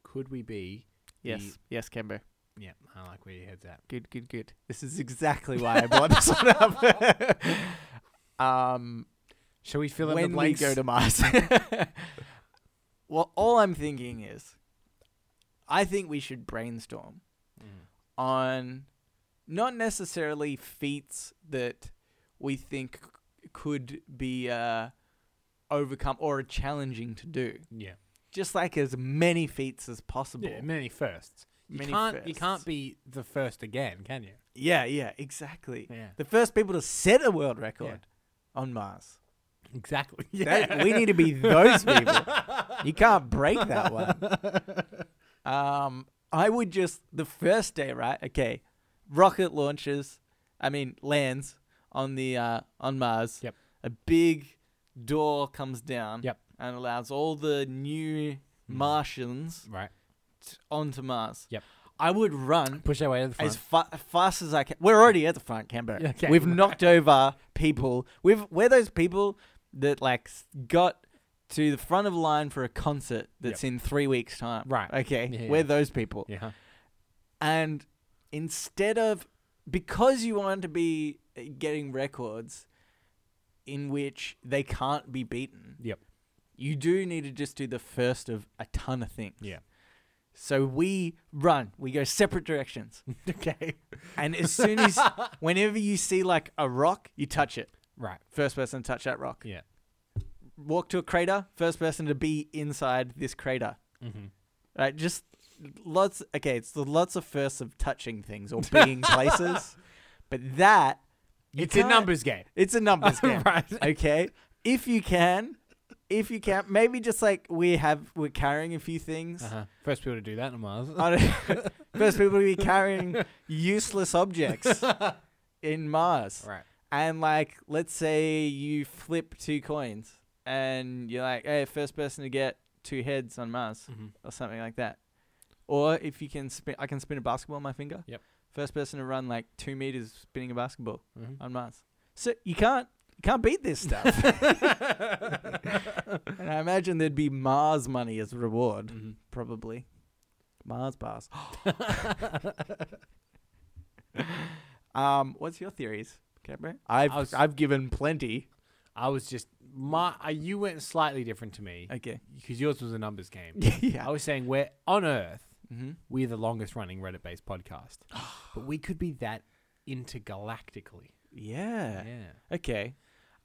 Speaker 2: Could we be?
Speaker 1: Yes,
Speaker 2: Ye-
Speaker 1: yes, Cambo.
Speaker 2: Yeah, I like where your head's at.
Speaker 1: Good, good, good. This is exactly why I brought this one up. um,
Speaker 2: Shall we fill in the
Speaker 1: when we
Speaker 2: blanks?
Speaker 1: go to Mars. well, all I'm thinking is, I think we should brainstorm on not necessarily feats that we think c- could be uh, overcome or are challenging to do.
Speaker 2: yeah,
Speaker 1: Just like as many feats as possible.
Speaker 2: yeah, many firsts. You
Speaker 1: Many
Speaker 2: can't you
Speaker 1: firsts.
Speaker 2: can't be the first again, can you?
Speaker 1: Yeah, yeah, exactly.
Speaker 2: Yeah.
Speaker 1: The first people to set a world record on Mars.
Speaker 2: Exactly.
Speaker 1: That- we need to be those people. You can't break that one. Um, I would just the first day, right? Okay, rocket launches. I mean, lands on the uh, on Mars.
Speaker 2: Yep.
Speaker 1: A big door comes down.
Speaker 2: Yep. Mm.
Speaker 1: And allows all the new Martians
Speaker 2: Right.
Speaker 1: t- onto Mars.
Speaker 2: Yep.
Speaker 1: I would run
Speaker 2: Push our way to the front.
Speaker 1: as fa- fast as I can. We're already at the front, Canberra.
Speaker 2: Yeah, okay.
Speaker 1: We've knocked over people. We've we're those people that like s- got to the front of the line for a concert that's in three weeks' time.
Speaker 2: Right.
Speaker 1: Okay.
Speaker 2: Yeah,
Speaker 1: we're
Speaker 2: yeah.
Speaker 1: those people.
Speaker 2: yeah.
Speaker 1: And instead of because you want to be uh, getting records in which they can't be beaten,
Speaker 2: Yep.
Speaker 1: you do need to just do the first of a ton of things.
Speaker 2: Yeah.
Speaker 1: So we run. We go separate directions.
Speaker 2: Okay.
Speaker 1: And as soon as, whenever you see like a rock, you touch it.
Speaker 2: Right.
Speaker 1: First person to touch that rock.
Speaker 2: Yeah.
Speaker 1: Walk to a crater. First person to be inside this crater.
Speaker 2: Mhm.
Speaker 1: Right. Just lots. Okay. It's the lots of firsts of touching things or being places. But that you
Speaker 2: It's a
Speaker 1: can't-
Speaker 2: numbers game.
Speaker 1: It's a numbers game.
Speaker 2: Right.
Speaker 1: Okay. If you can, if you can, maybe just like we have, we're carrying a few things.
Speaker 2: Uh-huh. First people to do that on Mars.
Speaker 1: I don't- First people to be carrying useless objects in Mars.
Speaker 2: right.
Speaker 1: and like let's say you flip two coins and you're like, hey, first person to get two heads on Mars
Speaker 2: Mhm.
Speaker 1: or something like that. Or if you can spin, I can spin a basketball on my finger.
Speaker 2: Yep.
Speaker 1: First person to run like two meters spinning a basketball
Speaker 2: Mhm.
Speaker 1: on Mars. So you can't you can't beat this stuff. and I imagine there'd be Mars money as a reward,
Speaker 2: Mhm.
Speaker 1: probably. Mars bars. um, what's your theories, Cadbury? I've
Speaker 2: was-
Speaker 1: I've given plenty.
Speaker 2: I was just my uh, you went slightly different to me
Speaker 1: Okay.
Speaker 2: because yours was a numbers game. I
Speaker 1: yeah.
Speaker 2: was saying we're on Earth
Speaker 1: Mm-hmm.
Speaker 2: we're the longest running Reddit based podcast, but we could be that intergalactically.
Speaker 1: Yeah. Okay.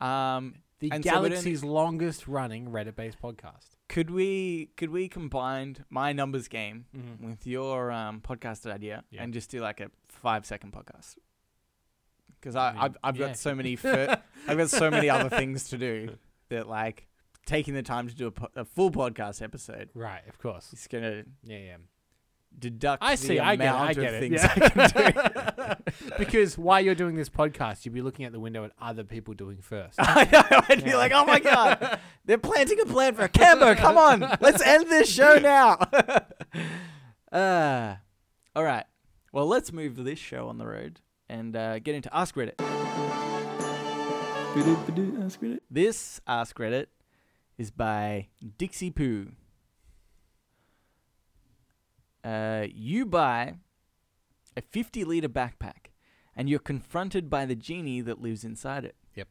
Speaker 1: Um,
Speaker 2: The
Speaker 1: And so we don't-
Speaker 2: galaxy's longest running Reddit based podcast.
Speaker 1: could we could we combine my numbers game
Speaker 2: Mm-hmm.
Speaker 1: with your um, podcast idea
Speaker 2: Yeah.
Speaker 1: and just do like a five second podcast? Because
Speaker 2: I
Speaker 1: I,
Speaker 2: mean,
Speaker 1: I've I've
Speaker 2: yeah.
Speaker 1: got so many fir- I've got so many other things to do that like taking the time to do a, po- a full podcast episode
Speaker 2: Right, of course.
Speaker 1: is gonna
Speaker 2: Yeah, yeah.
Speaker 1: deduct
Speaker 2: I see.
Speaker 1: the
Speaker 2: I get it.
Speaker 1: amount
Speaker 2: I get
Speaker 1: of
Speaker 2: it.
Speaker 1: things
Speaker 2: yeah.
Speaker 1: I can do.
Speaker 2: because while you're doing this podcast, you'll be looking out the window at other people doing first.
Speaker 1: I know. I'd be
Speaker 2: Yeah.
Speaker 1: like, oh my god, they're planting a plan for Cambo. Come on, let's end this show now. uh, all right. Well, let's move this show on the road and uh, get into Ask Reddit. Ask Reddit. This Ask Reddit is by Dixie Poo. Uh, you buy a 50 liter backpack and you're confronted by the genie that lives inside it.
Speaker 2: Yep.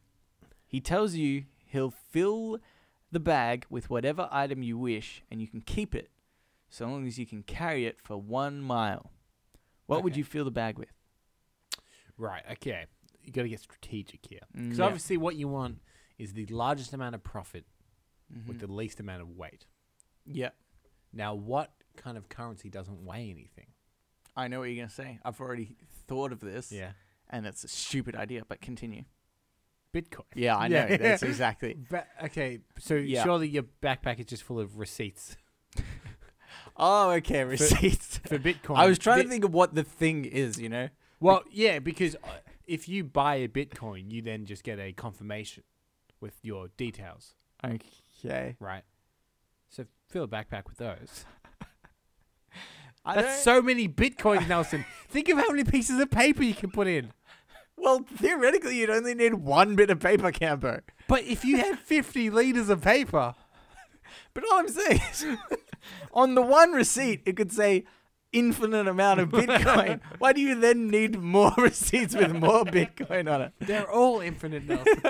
Speaker 1: He tells you he'll fill the bag with whatever item you wish and you can keep it so long as you can carry it for one mile. What would
Speaker 2: Okay.
Speaker 1: you fill the bag with?
Speaker 2: Right. Okay. You got to get strategic here.
Speaker 1: Mm,
Speaker 2: Because
Speaker 1: yeah.
Speaker 2: obviously, what you want is the largest amount of profit with
Speaker 1: Mhm.
Speaker 2: the least amount of weight.
Speaker 1: yeah,
Speaker 2: Now, what kind of currency doesn't weigh anything?
Speaker 1: I know what you're going to say. I've already thought of this and it's a stupid idea, but continue.
Speaker 2: Bitcoin.
Speaker 1: Yeah, I know.
Speaker 2: Yeah.
Speaker 1: That's exactly.
Speaker 2: Ba- okay, so
Speaker 1: Yeah.
Speaker 2: surely your backpack is just full of receipts
Speaker 1: Oh, okay, receipts.
Speaker 2: for Bitcoin.
Speaker 1: I was trying to
Speaker 2: Bit-
Speaker 1: think of what the thing is, you know?
Speaker 2: Well, yeah, because uh, if you buy a Bitcoin, you then just get a confirmation with your details,
Speaker 1: Okay.
Speaker 2: right? So fill a backpack with those.
Speaker 1: I don't-
Speaker 2: That's so many Bitcoins, Nelson. think of how many pieces of paper you can put in.
Speaker 1: Well, theoretically, you'd only need one bit of paper, Cambo.
Speaker 2: But if you had 50 liters of paper,
Speaker 1: But all I'm saying is, on the one receipt, it could say infinite amount of Bitcoin. Why do you then need more receipts with more Bitcoin on it?
Speaker 2: they're all infinite, Nelson.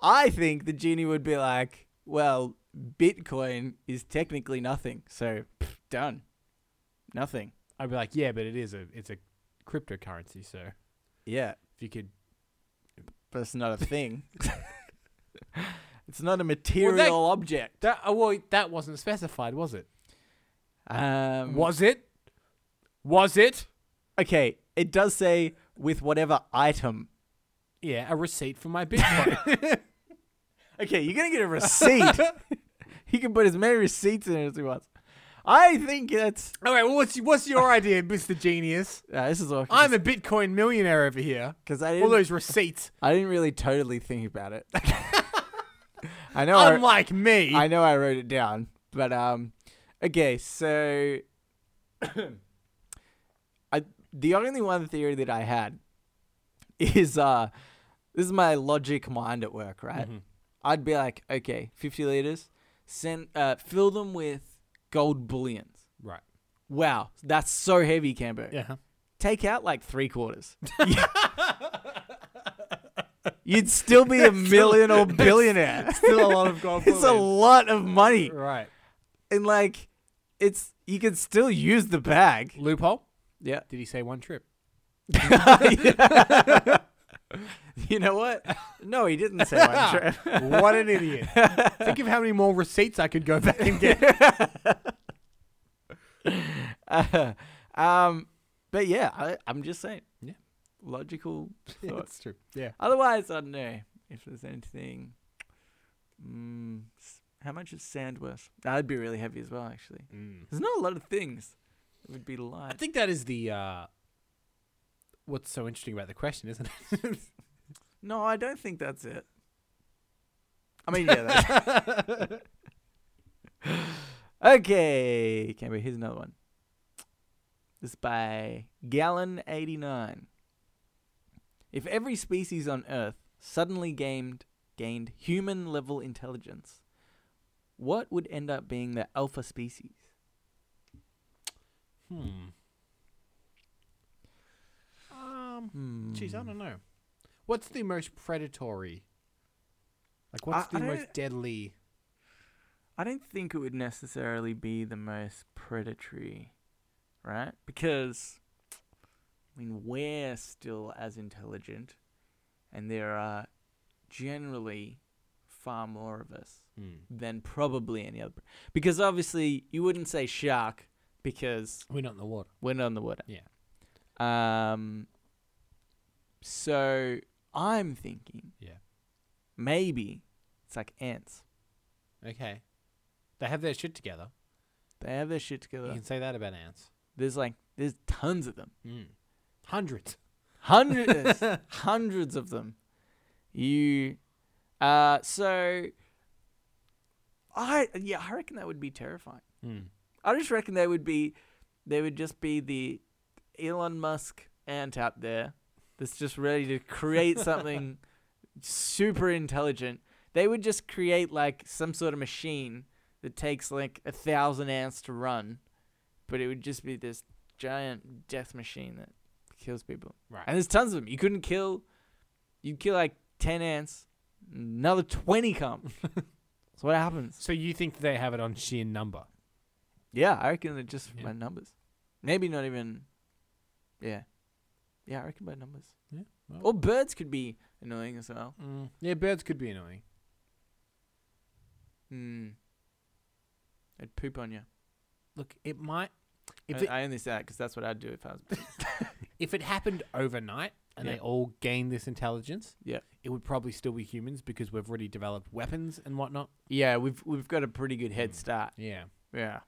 Speaker 1: I think the genie would be like, well, Bitcoin is technically nothing. So, pff, done. Nothing.
Speaker 2: I'd be like, yeah, but it is a it's a cryptocurrency, so if
Speaker 1: Yeah.
Speaker 2: you could
Speaker 1: But it's not a thing. it's not a material object.
Speaker 2: That oh, well, that wasn't specified, was it?
Speaker 1: Um,
Speaker 2: Was it? Was it?
Speaker 1: Okay, it does say with whatever item.
Speaker 2: Yeah, a receipt for my Bitcoin.
Speaker 1: Okay, you're gonna get a receipt. he can put as many receipts in it as he wants. I think that's
Speaker 2: All right, well, what's what's your idea, Mister Genius?
Speaker 1: uh, this is all
Speaker 2: I'm a Bitcoin millionaire over here.
Speaker 1: because I
Speaker 2: All
Speaker 1: didn't
Speaker 2: those receipts,
Speaker 1: I didn't really totally think about it. I know I,
Speaker 2: unlike me.
Speaker 1: I know I wrote it down, but um, okay, so I the only one theory that I had is uh, this is my logic mind at work, right?
Speaker 2: Mhm.
Speaker 1: I'd be like, okay, fifty liters, send uh, fill them with gold bullions.
Speaker 2: Right.
Speaker 1: Wow, that's so heavy, Cambo.
Speaker 2: Yeah.
Speaker 1: Take out like three quarters. You'd still be a million or billionaire.
Speaker 2: Still a lot of gold.
Speaker 1: It's a lot of money.
Speaker 2: right
Speaker 1: and like it's you can still use the bag.
Speaker 2: loophole.
Speaker 1: Yeah.
Speaker 2: Did he say one trip?
Speaker 1: You know what? No, he didn't say one trip.
Speaker 2: what an idiot! Think of how many more receipts I could go back and get.
Speaker 1: Uh, um, but yeah, I, I'm just saying.
Speaker 2: Yeah.
Speaker 1: Logical
Speaker 2: Yeah,
Speaker 1: thought.
Speaker 2: that's true. Yeah.
Speaker 1: Otherwise, I don't know if there's anything. Mm, s- how much is sand worth? That'd be really heavy as well, actually.
Speaker 2: Mm.
Speaker 1: There's not a lot of things. It would be
Speaker 2: I
Speaker 1: light.
Speaker 2: think that is the uh, what's so interesting about the question, isn't it?
Speaker 1: No, I don't think that's it. I mean, yeah. That's okay, Camber, here's another one. This is by Gallon89. If every species on Earth suddenly gained, gained human level intelligence, what would end up being the alpha species?
Speaker 2: Hmm. Um.
Speaker 1: Hmm.
Speaker 2: Jeez, I don't know. What's the most predatory? Like, what's
Speaker 1: I
Speaker 2: the most
Speaker 1: don't-
Speaker 2: deadly?
Speaker 1: I don't think it would necessarily be the most predatory, right? Because, I mean, we're still as intelligent, and there are generally far more of us than probably any other. pre- Because obviously, you wouldn't say shark because
Speaker 2: We're not in the water.
Speaker 1: we're not on the water.
Speaker 2: Yeah.
Speaker 1: Um. So I'm thinking
Speaker 2: Yeah.
Speaker 1: maybe it's like ants.
Speaker 2: Okay. They have their shit together.
Speaker 1: They have their shit
Speaker 2: You
Speaker 1: together.
Speaker 2: can say that about ants.
Speaker 1: There's like there's tons of them.
Speaker 2: Mm. Hundreds.
Speaker 1: Hundreds hundreds of them. You uh so I yeah, I reckon that would be terrifying.
Speaker 2: Mm.
Speaker 1: I just reckon they would be they would just be the Elon Musk ant out there that's just ready to create something super intelligent. They would just create like some sort of machine that takes like a thousand ants to run, but it would just be this giant death machine that kills people.
Speaker 2: Right.
Speaker 1: And there's tons of them. You couldn't kill. You'd kill like ten ants, another twenty come. That's what happens.
Speaker 2: so you think they have it on sheer number?
Speaker 1: Yeah, I reckon they're just
Speaker 2: Yeah.
Speaker 1: by numbers. Maybe not even. Yeah, yeah, I reckon by numbers.
Speaker 2: Yeah, well.
Speaker 1: Or birds could be annoying as well.
Speaker 2: Mm. Yeah, birds could be annoying.
Speaker 1: Hmm. They'd poop on you.
Speaker 2: Look, it might. If
Speaker 1: If
Speaker 2: it,
Speaker 1: I, I only say that 'cause that's what I'd do if I was.
Speaker 2: if it happened overnight and they
Speaker 1: Yeah.
Speaker 2: all gained this intelligence,
Speaker 1: Yeah.
Speaker 2: it would probably still be humans because we've already developed weapons and whatnot.
Speaker 1: yeah, we've we've got a pretty good head
Speaker 2: Mm.
Speaker 1: start.
Speaker 2: Yeah.
Speaker 1: Hmm. Yeah,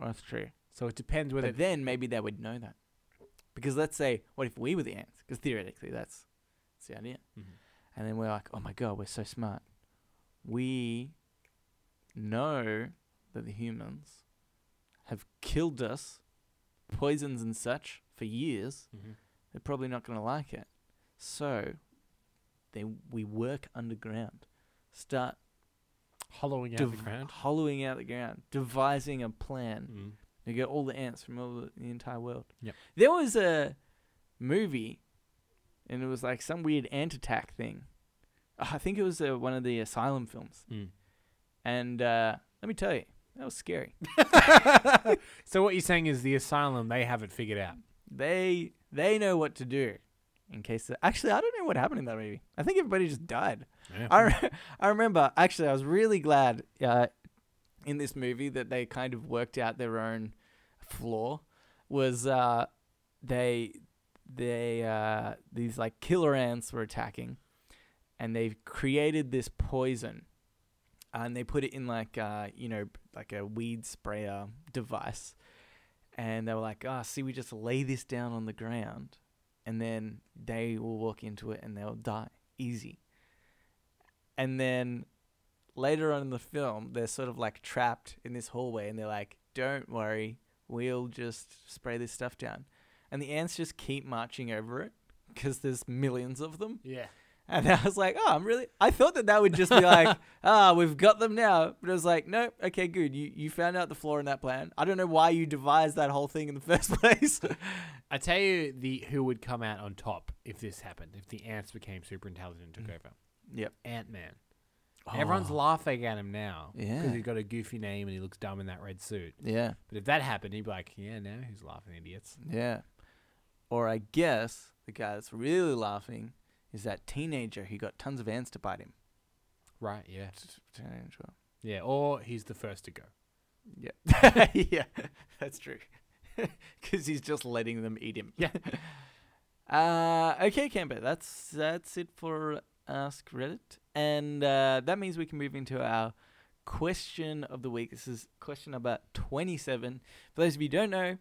Speaker 1: that's true.
Speaker 2: So it depends whether
Speaker 1: But then maybe they would know that. Because let's say, what if we were the ants? Because theoretically, that's, that's the idea.
Speaker 2: Mhm.
Speaker 1: And then we're like, oh my God, we're so smart. We know that the humans have killed us, poisons and such, for years.
Speaker 2: Mhm.
Speaker 1: They're probably not going to like it. So they, we work underground, start
Speaker 2: hollowing out the
Speaker 1: dev-
Speaker 2: ground.
Speaker 1: hollowing out the ground, devising a plan
Speaker 2: Mm.
Speaker 1: you get all the ants from all the, the entire world.
Speaker 2: Yep.
Speaker 1: There was a movie, and it was like some weird ant attack thing. I think it was uh, one of the asylum films.
Speaker 2: Mm.
Speaker 1: And uh, let me tell you, that was scary.
Speaker 2: so what you're saying is the asylum they have it figured out.
Speaker 1: they they know what to do in case. The, actually, I don't know what happened in that movie. I think everybody just died. I, re- I remember actually I was really glad uh, in this movie that they kind of worked out their own flaw was uh, they they uh, these like killer ants were attacking and they've created this poison and they put it in like uh, you know like a weed sprayer device and they were like oh see we just lay this down on the ground and then they will walk into it and they'll die easy and then later on in the film they're sort of like trapped in this hallway and they're like don't worry we'll just spray this stuff down and the ants just keep marching over it because there's millions of them
Speaker 2: yeah.
Speaker 1: and I was like, oh, I'm really. I thought that that would just be like, ah, we've got them now. But it was like, no, okay, good. You you found out the flaw in that plan. I don't know why you devised that whole thing in the first place.
Speaker 2: I tell you the who would come out on top if this happened, if the ants became super intelligent and took over.
Speaker 1: yep.
Speaker 2: Ant Man. Everyone's
Speaker 1: Oh.
Speaker 2: laughing at him now.
Speaker 1: Yeah.
Speaker 2: Because he's got a goofy name and he looks dumb in that red suit.
Speaker 1: Yeah.
Speaker 2: But if that happened, he'd be like, Yeah, now who's laughing, idiots?
Speaker 1: Yeah. Or I guess the guy that's really laughing is that teenager who got tons of ants to bite him.
Speaker 2: Right, yeah.
Speaker 1: Teenager.
Speaker 2: Yeah. Or he's the first to go.
Speaker 1: Yeah. yeah, that's true. Because he's just letting them eat him.
Speaker 2: Yeah.
Speaker 1: uh, okay, Camber, that's that's it for Ask Reddit, and uh, that means we can move into our question of the week. This is question number twenty-seven. For those of you who don't know,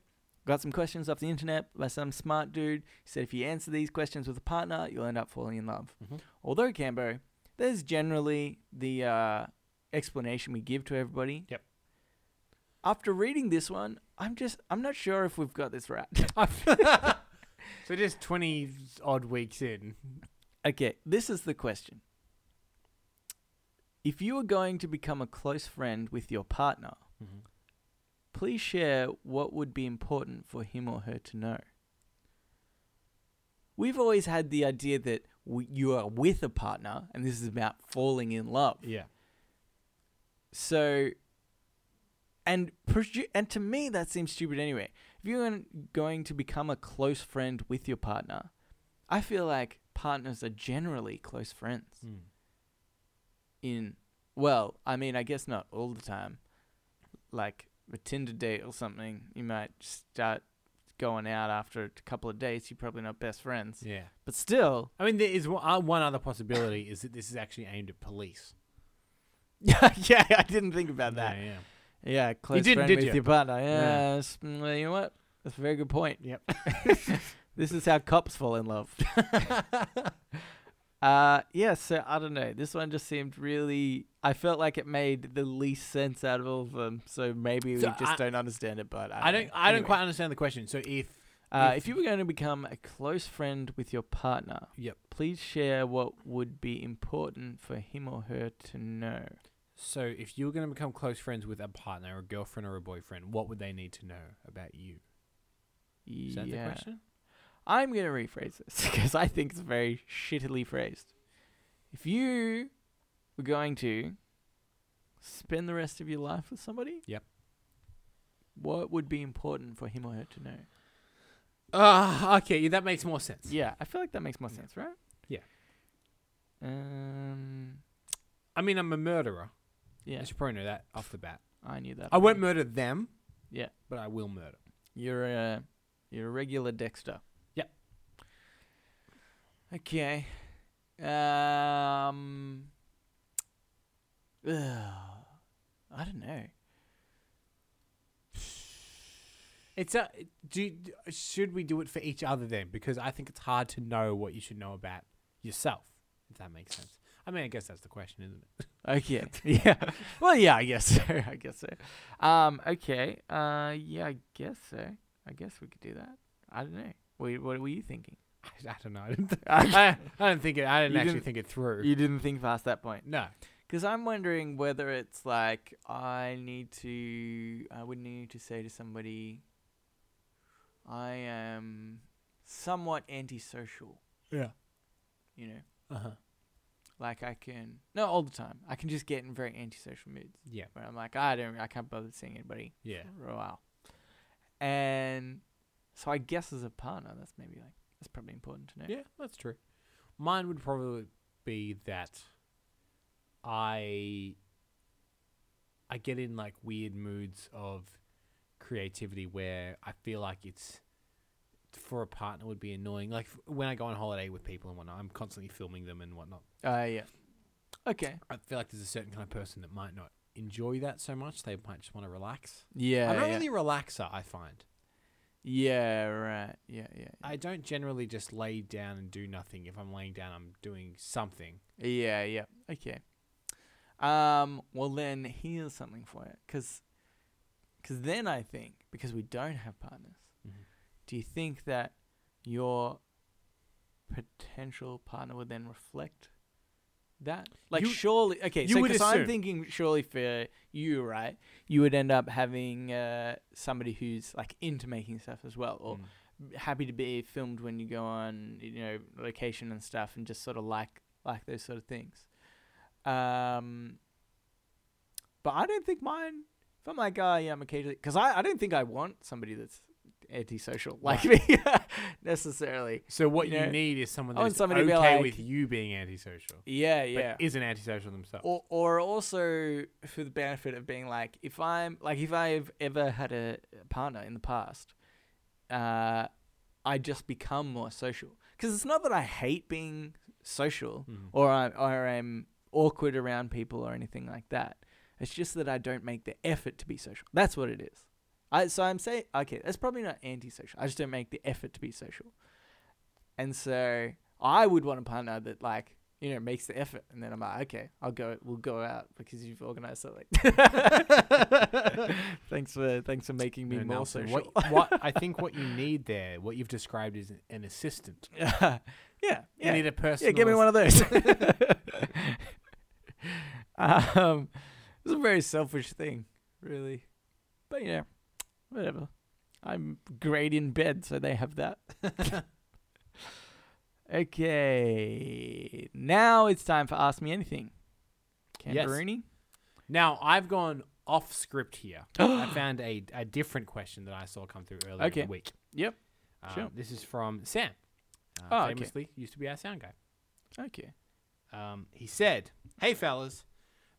Speaker 1: Got some questions off the internet by some smart dude. He said if you answer these questions with a partner, you'll end up falling in love.
Speaker 2: Mhm.
Speaker 1: Although, Cambo, there's generally the uh, explanation we give to everybody.
Speaker 2: Yep.
Speaker 1: After reading this one, I'm just, I'm not sure if we've got this right.
Speaker 2: so just 20 odd weeks in.
Speaker 1: Okay, this is the question. If you are going to become a close friend with your partner,
Speaker 2: Mhm.
Speaker 1: please share what would be important for him or her to know. We've always had the idea that w- you are with a partner and this is about falling in love.
Speaker 2: Yeah.
Speaker 1: So, and presu- and to me that seems stupid anyway. If you're gon- going to become a close friend with your partner, I feel like partners are generally close friends.
Speaker 2: Hmm.
Speaker 1: In well, I mean, I guess not all the time. Like a Tinder date or something, you might start going out after a couple of dates. You're probably not best friends,
Speaker 2: Yeah.
Speaker 1: but still,
Speaker 2: I mean, there is one, uh, one other possibility is that this is actually aimed at police.
Speaker 1: yeah, yeah. I didn't think
Speaker 2: Uh,
Speaker 1: about that.
Speaker 2: Yeah.
Speaker 1: Yeah, close
Speaker 2: didn't,
Speaker 1: friend
Speaker 2: did
Speaker 1: with
Speaker 2: you?
Speaker 1: your partner. Yeah,
Speaker 2: Yeah.
Speaker 1: that's- mm, well, you know what? That's a very good point.
Speaker 2: Yep.
Speaker 1: This is how cops fall in love. uh, yeah, so I don't know. This one just seemed really. I felt like it made the least sense out of all of them. So maybe
Speaker 2: So
Speaker 1: we just
Speaker 2: I-
Speaker 1: don't understand it. But I,
Speaker 2: I don't.
Speaker 1: know.
Speaker 2: I don't
Speaker 1: Anyway,
Speaker 2: quite understand the question. So if
Speaker 1: Uh,
Speaker 2: if-
Speaker 1: if you were going to become a close friend with your partner,
Speaker 2: Yep.
Speaker 1: please share what would be important for him or her to know.
Speaker 2: so, if you were going to become close friends with a partner, a girlfriend, or a boyfriend, what would they need to know about you? Is that the
Speaker 1: yeah.
Speaker 2: question?
Speaker 1: I'm going to rephrase this because I think it's very shittily phrased. If you were going to spend the rest of your life with somebody,
Speaker 2: Yep.
Speaker 1: What would be important for him or her to know?
Speaker 2: Ah, okay. Yeah, that makes more sense.
Speaker 1: Yeah, I feel like that makes more
Speaker 2: Yeah.
Speaker 1: sense, right?
Speaker 2: Yeah.
Speaker 1: Um.
Speaker 2: I mean, I'm a murderer.
Speaker 1: Yeah,
Speaker 2: I should probably know that off the bat.
Speaker 1: I knew that.
Speaker 2: I won't
Speaker 1: already.
Speaker 2: murder them.
Speaker 1: Yeah.
Speaker 2: But I will murder.
Speaker 1: You're a you're a regular Dexter.
Speaker 2: Yep.
Speaker 1: Okay. Um. ugh, I don't know.
Speaker 2: It's a. Do you- should we do it for each other then? Because I think it's hard to know what you should know about yourself. If that makes sense. I mean, I guess that's the question, isn't it?
Speaker 1: Okay. yeah. Well, yeah. I guess so. I guess so. Um. Okay. Uh. Yeah. I guess so. I guess we could do that. I don't know. What What were you thinking?
Speaker 2: I, I don't know. I didn't, th- I, I don't think it. I didn't
Speaker 1: You
Speaker 2: actually
Speaker 1: didn't-
Speaker 2: think it through.
Speaker 1: You didn't think past that point.
Speaker 2: no.
Speaker 1: Because I'm wondering whether it's like I need to, I would need to say to somebody, I am somewhat antisocial,
Speaker 2: Yeah.
Speaker 1: you know,
Speaker 2: Uh huh.
Speaker 1: like I can, not all the time, I can just get in very antisocial moods
Speaker 2: Yeah.
Speaker 1: where I'm like, I don't, I can't bother seeing anybody
Speaker 2: Yeah.
Speaker 1: for a while. And so I guess as a partner, that's maybe like, that's probably important to know.
Speaker 2: Yeah, that's true. Mine would probably be that I I get in like weird moods of creativity where I feel like it's for a partner would be annoying. Like f- when I go on holiday with people and whatnot, I'm constantly filming them and whatnot.
Speaker 1: Uh, yeah. Okay.
Speaker 2: I feel like there's a certain kind of person that might not enjoy that so much. They might just want to relax.
Speaker 1: Yeah.
Speaker 2: I'm not
Speaker 1: yeah.
Speaker 2: really a relaxer, I find.
Speaker 1: yeah, right. Yeah, yeah.
Speaker 2: I don't generally just lay down and do nothing. If I'm laying down, I'm doing something.
Speaker 1: Yeah, yeah. Okay. Um, well then here's something for you cuz cuz then I think because we don't have partners.
Speaker 2: Mhm.
Speaker 1: Do you think that your potential partner would then reflect that? Like
Speaker 2: You-
Speaker 1: surely okay,
Speaker 2: you
Speaker 1: so
Speaker 2: would
Speaker 1: cuz I'm
Speaker 2: assume.
Speaker 1: thinking surely for you, right? You would end up having uh, somebody who's like into making stuff as well or
Speaker 2: Mm.
Speaker 1: happy to be filmed when you go on you know location and stuff and just sort of like like those sort of things um but i don't think mine if i'm like oh yeah i'm occasionally because I, I don't think i want somebody that's antisocial like me necessarily
Speaker 2: So what
Speaker 1: You
Speaker 2: you,
Speaker 1: know,
Speaker 2: need is someone
Speaker 1: I want
Speaker 2: that's
Speaker 1: somebody
Speaker 2: okay
Speaker 1: to be like-
Speaker 2: with you being antisocial,
Speaker 1: yeah
Speaker 2: but
Speaker 1: yeah
Speaker 2: isn't antisocial themselves.
Speaker 1: or, or also for the benefit of being like if i'm like if i've ever had a partner in the past uh i just become more social because it's not that i hate being social
Speaker 2: Mm.
Speaker 1: or I, or i'm awkward around people or anything like that it's just that i don't make the effort to be social that's what it is I so I'm saying okay, that's probably not antisocial. I just don't make the effort to be social. And so I would want a partner that like you know makes the effort, and then I'm like, okay, I'll go. We'll go out because you've organised something. thanks for thanks for making me
Speaker 2: No,
Speaker 1: more
Speaker 2: Nelson,
Speaker 1: social.
Speaker 2: What, what I think what you need there, what you've described, is an assistant.
Speaker 1: yeah, yeah,
Speaker 2: You need a person.
Speaker 1: Yeah, give me one of those. um, it's a very selfish thing, really. But yeah, whatever. I'm great in bed, so they have that. okay, now it's time for Ask Me Anything.
Speaker 2: Yes.
Speaker 1: Camberini?
Speaker 2: Now I've gone off script here. I found a, a different question that I saw come through earlier
Speaker 1: Okay.
Speaker 2: in the week.
Speaker 1: Yep.
Speaker 2: Um,
Speaker 1: Sure.
Speaker 2: This is from Sam. Uh,
Speaker 1: Oh, okay.
Speaker 2: famously used to be our sound guy.
Speaker 1: Okay.
Speaker 2: Um, he said, "Hey fellas,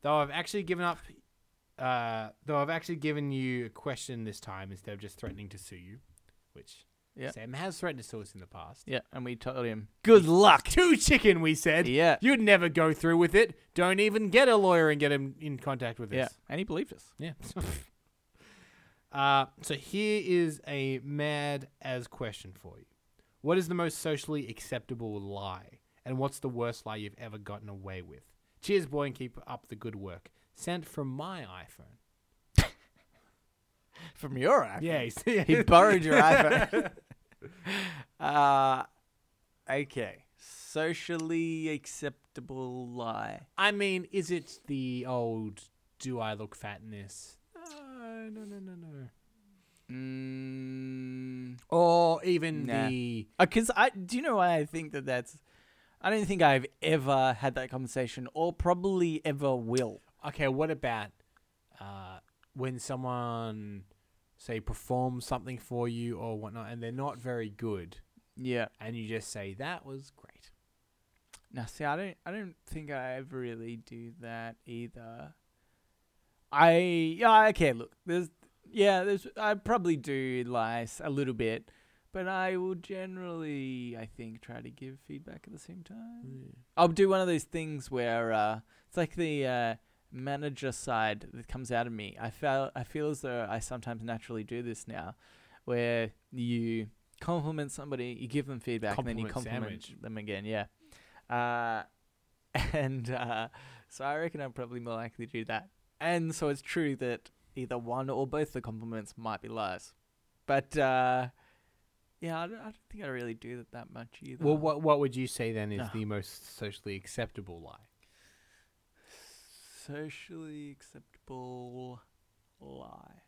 Speaker 2: though I've actually given up, uh, though I've actually given you a question this time instead of just threatening to sue you, which
Speaker 1: Yeah.
Speaker 2: Sam has threatened to sue us in the past.
Speaker 1: Yeah, and we told him, good luck.
Speaker 2: Two chicken, we said.
Speaker 1: Yeah.
Speaker 2: You'd never go through with it. Don't even get a lawyer and get him in contact with
Speaker 1: Yeah,
Speaker 2: us.
Speaker 1: and he believed us.
Speaker 2: Yeah. uh, so here is a mad as question for you. What is the most socially acceptable lie? And what's the worst lie you've ever gotten away with? Cheers, boy, and keep up the good work. Sent from my iPhone.
Speaker 1: From your act.
Speaker 2: Yeah,
Speaker 1: He borrowed your iPhone. uh, okay. Socially acceptable lie.
Speaker 2: I mean, is it the old "Do I look fat in this"? No, no, no, no, no.
Speaker 1: Mm,
Speaker 2: Or even
Speaker 1: Nah.
Speaker 2: the
Speaker 1: uh, cause I do you know why I think that that's. I don't think I've ever had that conversation, or probably ever will.
Speaker 2: Okay, what about uh, when someone say performs something for you or whatnot, and they're not very good,
Speaker 1: Yeah.
Speaker 2: and you just say that was great.
Speaker 1: Now, see, I don't, I don't think I ever really do that either. I, yeah, okay, look, there's, yeah, there's, I probably do lie s- a little bit, but I will generally, I think, try to give feedback at the same time.
Speaker 2: Mm.
Speaker 1: I'll do one of those things where uh, it's like the uh, manager side that comes out of me. I feel I feel as though I sometimes naturally do this now, where you compliment somebody, you give them feedback, and then you
Speaker 2: Compliment
Speaker 1: compliment
Speaker 2: sandwich.
Speaker 1: them again. Yeah, uh, and uh, so I reckon I'm probably more likely to do that. And so it's true that either one or both the compliments might be lies, but uh, yeah, I don't, I don't think I really do that that much either.
Speaker 2: Well, what what would you say then is
Speaker 1: No.
Speaker 2: the most socially acceptable lie?
Speaker 1: Socially acceptable lie.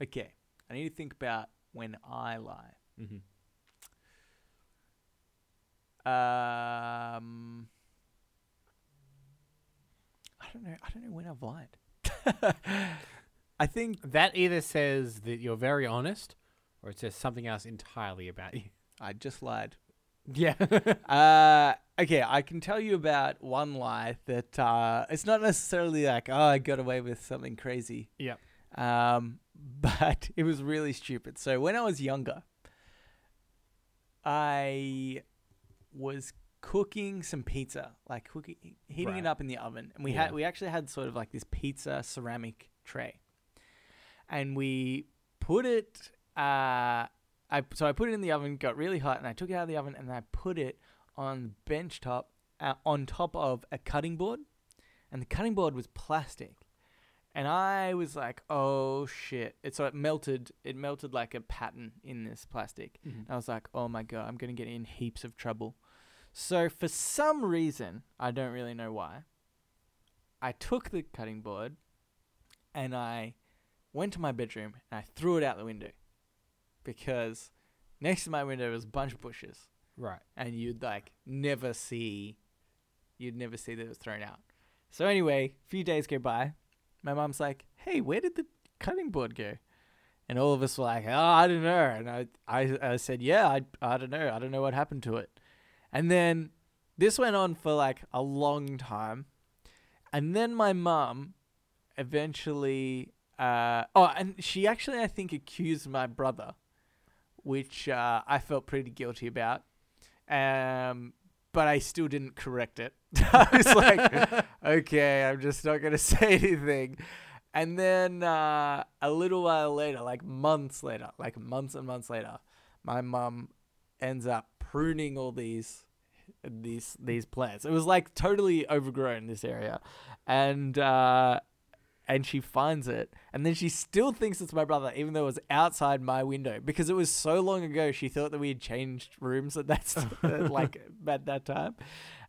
Speaker 1: Okay, I need to think about when I lie.
Speaker 2: Mm-hmm.
Speaker 1: Um, I don't know. I don't know when I've lied. I think.
Speaker 2: That either says that you're very honest, or it says something else entirely about you. Mm-hmm.
Speaker 1: I just lied.
Speaker 2: Yeah.
Speaker 1: Uh, okay, I can tell you about one lie that uh, it's not necessarily like, oh, I got away with something crazy.
Speaker 2: Yep.
Speaker 1: Um, but it was really stupid. So when I was younger, I was cooking some pizza, like cooking, heating
Speaker 2: Right.
Speaker 1: it up in the oven, and we
Speaker 2: Yeah.
Speaker 1: had we actually had sort of like this pizza ceramic tray, and we put it. Uh, I so I put it in the oven, got really hot, and I took it out of the oven, and I put it on the bench top, uh, on top of a cutting board, and the cutting board was plastic, and I was like, "Oh shit!" It, so it melted. It melted like a pattern in this plastic. And
Speaker 2: Uh,
Speaker 1: I was like, "Oh my god, I'm gonna get in heaps of trouble." So for some reason, I don't really know why, I took the cutting board, and I went to my bedroom and I threw it out the window, because next to my window was a bunch of bushes
Speaker 2: right.
Speaker 1: and you'd like never see you'd never see that it was thrown out. So anyway, a few days go by. My mom's like, "Hey, where did the cutting board go?" And all of us were like, "Oh, I don't know." And I I, I said, "Yeah, I I don't know. I don't know what happened to it." And then this went on for like a long time. And then my mum eventually uh oh, and she actually I think accused my brother, which uh, I felt pretty guilty about um, but I still didn't correct it. I was like, okay, I'm just not gonna say anything. And then uh, a little while later, like months later, like months and months later, my mum ends up pruning all these these these plants. It was like totally overgrown this area, and uh, and she finds it, and then she still thinks it's my brother, even though it was outside my window because it was so long ago. She thought that we had changed rooms at that st- like at that time,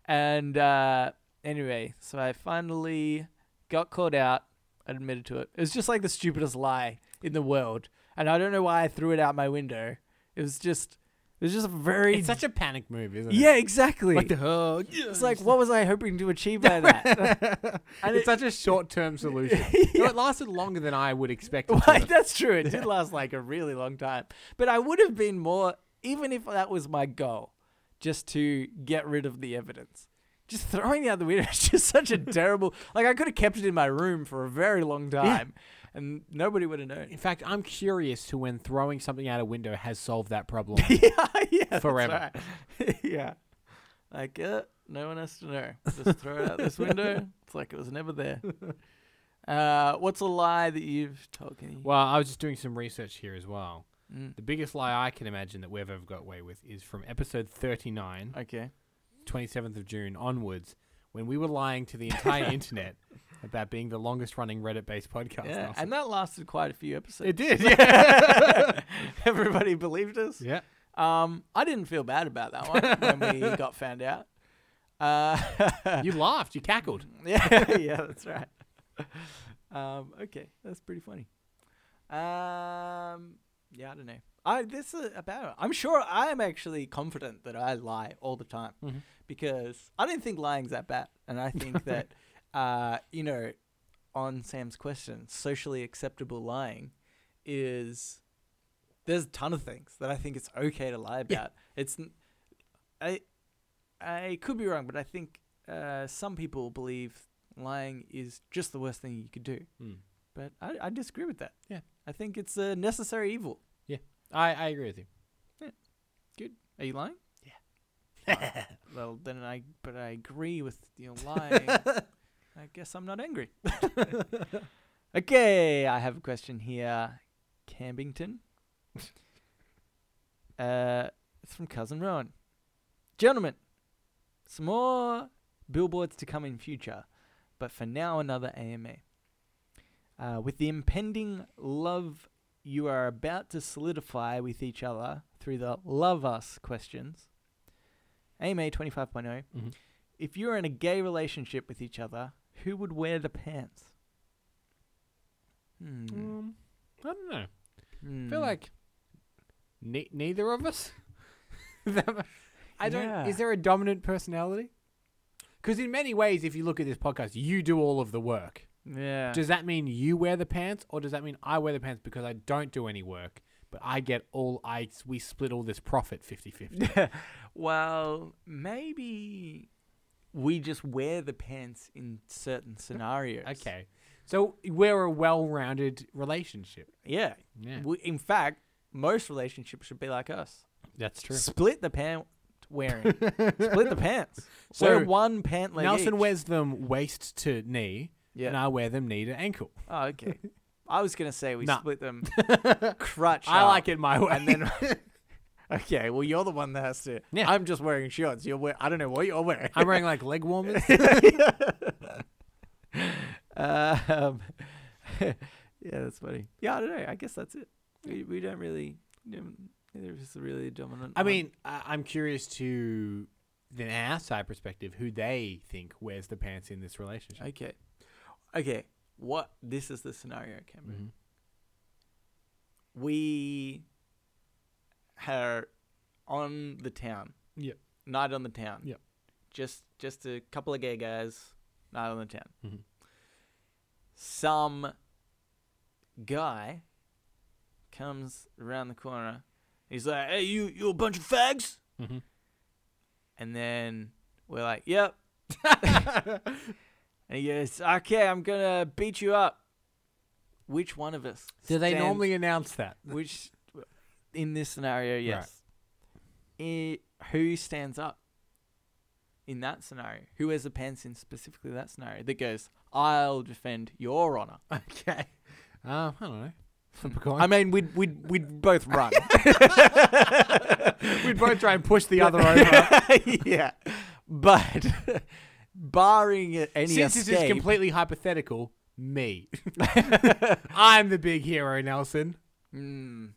Speaker 1: and uh, anyway, so I finally got caught out. I admitted to it. It was just like the stupidest lie in the world, and I don't know why I threw it out my window. It was just. It was just a very
Speaker 2: It's such a panic move, isn't it?
Speaker 1: yeah, exactly.
Speaker 2: Like the oh, yeah.
Speaker 1: it's like, what was I hoping to achieve by that? And
Speaker 2: it's
Speaker 1: it-
Speaker 2: such a short-term solution. No, it lasted longer than I would expect. it to
Speaker 1: Why,
Speaker 2: have.
Speaker 1: that's true. It did last like a really long time. But I would have been more, even if that was my goal, just to get rid of the evidence. Just throwing it out the window is just such a terrible. Like I could have kept it in my room for a very long time, and nobody would have known.
Speaker 2: In fact, I'm curious to when throwing something out a window has solved that problem.
Speaker 1: yeah, yeah, that's
Speaker 2: Forever.
Speaker 1: right. yeah, like uh, no one has to know. Just throw it out this window. It's like it was never there. Uh, what's a lie that you've told? Kenny?
Speaker 2: well, I was just doing some research here as well.
Speaker 1: Mm,
Speaker 2: The biggest lie I can imagine that we've ever got away with is from episode 39,
Speaker 1: okay.
Speaker 2: 27th of June onwards, when we were lying to the entire internet about being the longest running Reddit based podcast.
Speaker 1: Yeah,
Speaker 2: Nelson.
Speaker 1: and that lasted quite a few episodes.
Speaker 2: it did. Yeah.
Speaker 1: Everybody believed us.
Speaker 2: yeah.
Speaker 1: Um, I didn't feel bad about that one when we got found out. Uh,
Speaker 2: You laughed. You cackled.
Speaker 1: yeah, yeah, that's right. Um, okay, that's pretty funny. Um, yeah, I don't know. I this is about. it. I'm sure I am actually confident that I lie all the time
Speaker 2: Mhm.
Speaker 1: because I don't think lying's that bad, and I think that uh, you know, on Sam's question, socially acceptable lying is there's a ton of things that I think it's okay to lie about. It's n- I I could be wrong, but I think uh, some people believe lying is just the worst thing you could do.
Speaker 2: Mm.
Speaker 1: But I, I disagree with that.
Speaker 2: Yeah.
Speaker 1: I think it's a necessary evil.
Speaker 2: I, I agree with you.
Speaker 1: Are you lying?
Speaker 2: Yeah.
Speaker 1: Yeah. well, then I but I agree with your lying. I guess I'm not angry. okay, I have a question here, Cambington. Uh, it's from cousin Rowan. Gentlemen, some more billboards to come in future, but for now another AMA. Uh, with the impending love you are about to solidify with each other through the love us questions. AMA 25.0.
Speaker 2: Mhm.
Speaker 1: oh. If you were in a gay relationship with each other, who would wear the pants? Hmm.
Speaker 2: Um, I don't know. I
Speaker 1: Hmm.
Speaker 2: feel like ne- neither of us. That mu- I don't.
Speaker 1: Yeah.
Speaker 2: Is there a dominant personality? Because in many ways, if you look at this podcast, you do all of the work.
Speaker 1: Yeah.
Speaker 2: Does that mean you wear the pants, or does that mean I wear the pants because I don't do any work, but I get all I we split all this profit 50-50?
Speaker 1: well, maybe we just wear the pants in certain scenarios.
Speaker 2: okay, so we're a well-rounded relationship.
Speaker 1: Yeah.
Speaker 2: Yeah,
Speaker 1: We, in fact, most relationships should be like us.
Speaker 2: that's true.
Speaker 1: Split the pant wearing. Split the pants.
Speaker 2: So,
Speaker 1: Wear one pant leg.
Speaker 2: Nelson
Speaker 1: each.
Speaker 2: wears them waist to knee,
Speaker 1: Yeah.
Speaker 2: and I wear them knee to ankle.
Speaker 1: Oh, okay. I was gonna say we
Speaker 2: Nah.
Speaker 1: split them crutch.
Speaker 2: I
Speaker 1: up.
Speaker 2: like it my way.
Speaker 1: And then Okay, well you're the one that has to
Speaker 2: Yeah.
Speaker 1: I'm just wearing shorts. You're wear- I don't know what you're wearing.
Speaker 2: I'm wearing like leg warmers.
Speaker 1: um, yeah, that's funny. Yeah, I don't know. I guess that's it. We, we don't really um, neither of us are really dominant.
Speaker 2: I
Speaker 1: one.
Speaker 2: mean, I- I'm curious to then our side perspective who they think wears the pants in this relationship.
Speaker 1: Okay. Okay. What this is the scenario, Cameron.
Speaker 2: Mhm.
Speaker 1: we are on the town.
Speaker 2: Yep.
Speaker 1: Night on the town.
Speaker 2: Yep.
Speaker 1: Just just a couple of gay guys, night on the town.
Speaker 2: Mhm.
Speaker 1: Some guy comes around the corner. He's like, "Hey, you, you a bunch of fags?"
Speaker 2: Mhm.
Speaker 1: And then we're like, "Yep." and he goes, "Okay, I'm gonna beat you up." Which one of us?
Speaker 2: Do they
Speaker 1: stands-
Speaker 2: normally announce that?
Speaker 1: which, in this scenario, yes. I- who stands up? in that scenario? Who wears the pants in specifically that scenario that goes, I'll defend your honor?
Speaker 2: Okay. Um, I don't know.
Speaker 1: I mean, we'd, we'd, we'd both run.
Speaker 2: We'd both try and push the other over.
Speaker 1: yeah. But barring a- any
Speaker 2: Since this is
Speaker 1: escape,
Speaker 2: completely hypothetical, me. I'm the big hero, Nelson.
Speaker 1: Mm,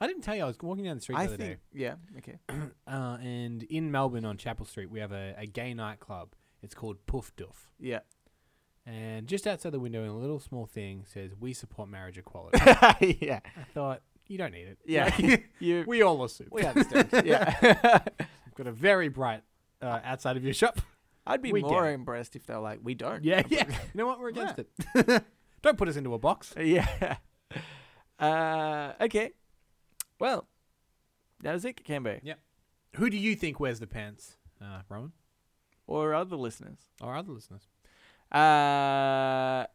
Speaker 2: I didn't tell you I was walking down the street the
Speaker 1: I
Speaker 2: other
Speaker 1: think,
Speaker 2: day.
Speaker 1: yeah, okay.
Speaker 2: Uh, and in Melbourne on Chapel Street, we have a, a gay nightclub. It's called Poof Doof.
Speaker 1: Yeah.
Speaker 2: And just outside the window, in a little small thing, says, We support marriage equality.
Speaker 1: yeah.
Speaker 2: I thought, You don't need it.
Speaker 1: Yeah.
Speaker 2: Like,
Speaker 1: You,
Speaker 2: we all assume.
Speaker 1: we understand. yeah.
Speaker 2: I've got a very bright uh, outside of your shop.
Speaker 1: I'd be
Speaker 2: We get
Speaker 1: more
Speaker 2: it.
Speaker 1: impressed if they were like, we don't.
Speaker 2: Yeah, yeah. You know what? We're against it. don't put us into a box.
Speaker 1: Yeah. Uh, okay. Well, that was it, Cambo.
Speaker 2: Who do you think wears the pants? Uh, Rowan
Speaker 1: Or other listeners.
Speaker 2: or other listeners?
Speaker 1: Uh,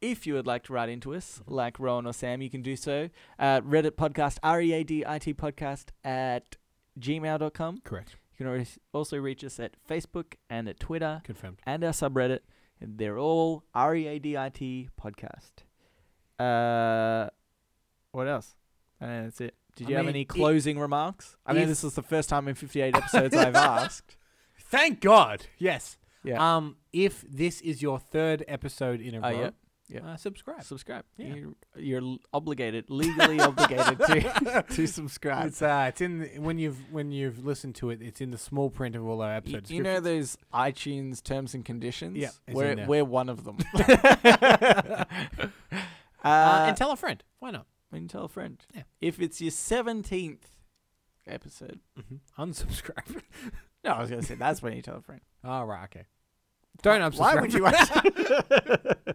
Speaker 1: if you would like to write into us,
Speaker 2: Mm-hmm.
Speaker 1: like Rowan or Sam, you can do so at Reddit podcast, R E A D I T podcast at gmail.com.
Speaker 2: Correct.
Speaker 1: You can always- also reach us at Facebook and at Twitter
Speaker 2: Confirmed.
Speaker 1: and our subreddit. They're all R E A D I T podcast. Uh, what else? I don't know, that's it. Did
Speaker 2: I
Speaker 1: you have
Speaker 2: mean,
Speaker 1: any
Speaker 2: it-
Speaker 1: closing remarks? I mean,
Speaker 2: if-
Speaker 1: this is the first time in 58 episodes I've asked.
Speaker 2: Thank God. Yes.
Speaker 1: Yeah.
Speaker 2: Um, if this is your third episode in a
Speaker 1: Oh,
Speaker 2: row,
Speaker 1: yeah. Yeah.
Speaker 2: Uh, subscribe.
Speaker 1: Subscribe.
Speaker 2: Yeah.
Speaker 1: You're, you're l- obligated, legally obligated to to subscribe.
Speaker 2: It's uh, it's in the, when you've when you've listened to it, it's in the small print of all our
Speaker 1: Y-
Speaker 2: episodes.
Speaker 1: you know those iTunes terms and conditions?
Speaker 2: Yeah, it's in
Speaker 1: We're,
Speaker 2: there.
Speaker 1: we're one of them.
Speaker 2: uh,
Speaker 1: Uh,
Speaker 2: and tell a friend. Why not?
Speaker 1: and tell a friend.
Speaker 2: Yeah.
Speaker 1: If it's your 17th episode.
Speaker 2: Mm-hmm. Unsubscribe.
Speaker 1: No, I was going to say that's when you tell a friend.
Speaker 2: All right. Okay. Don't unsubscribe.
Speaker 1: Why would you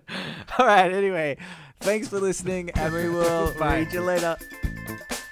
Speaker 1: All right, anyway. Thanks for listening, and we will
Speaker 2: Bye.
Speaker 1: read you later.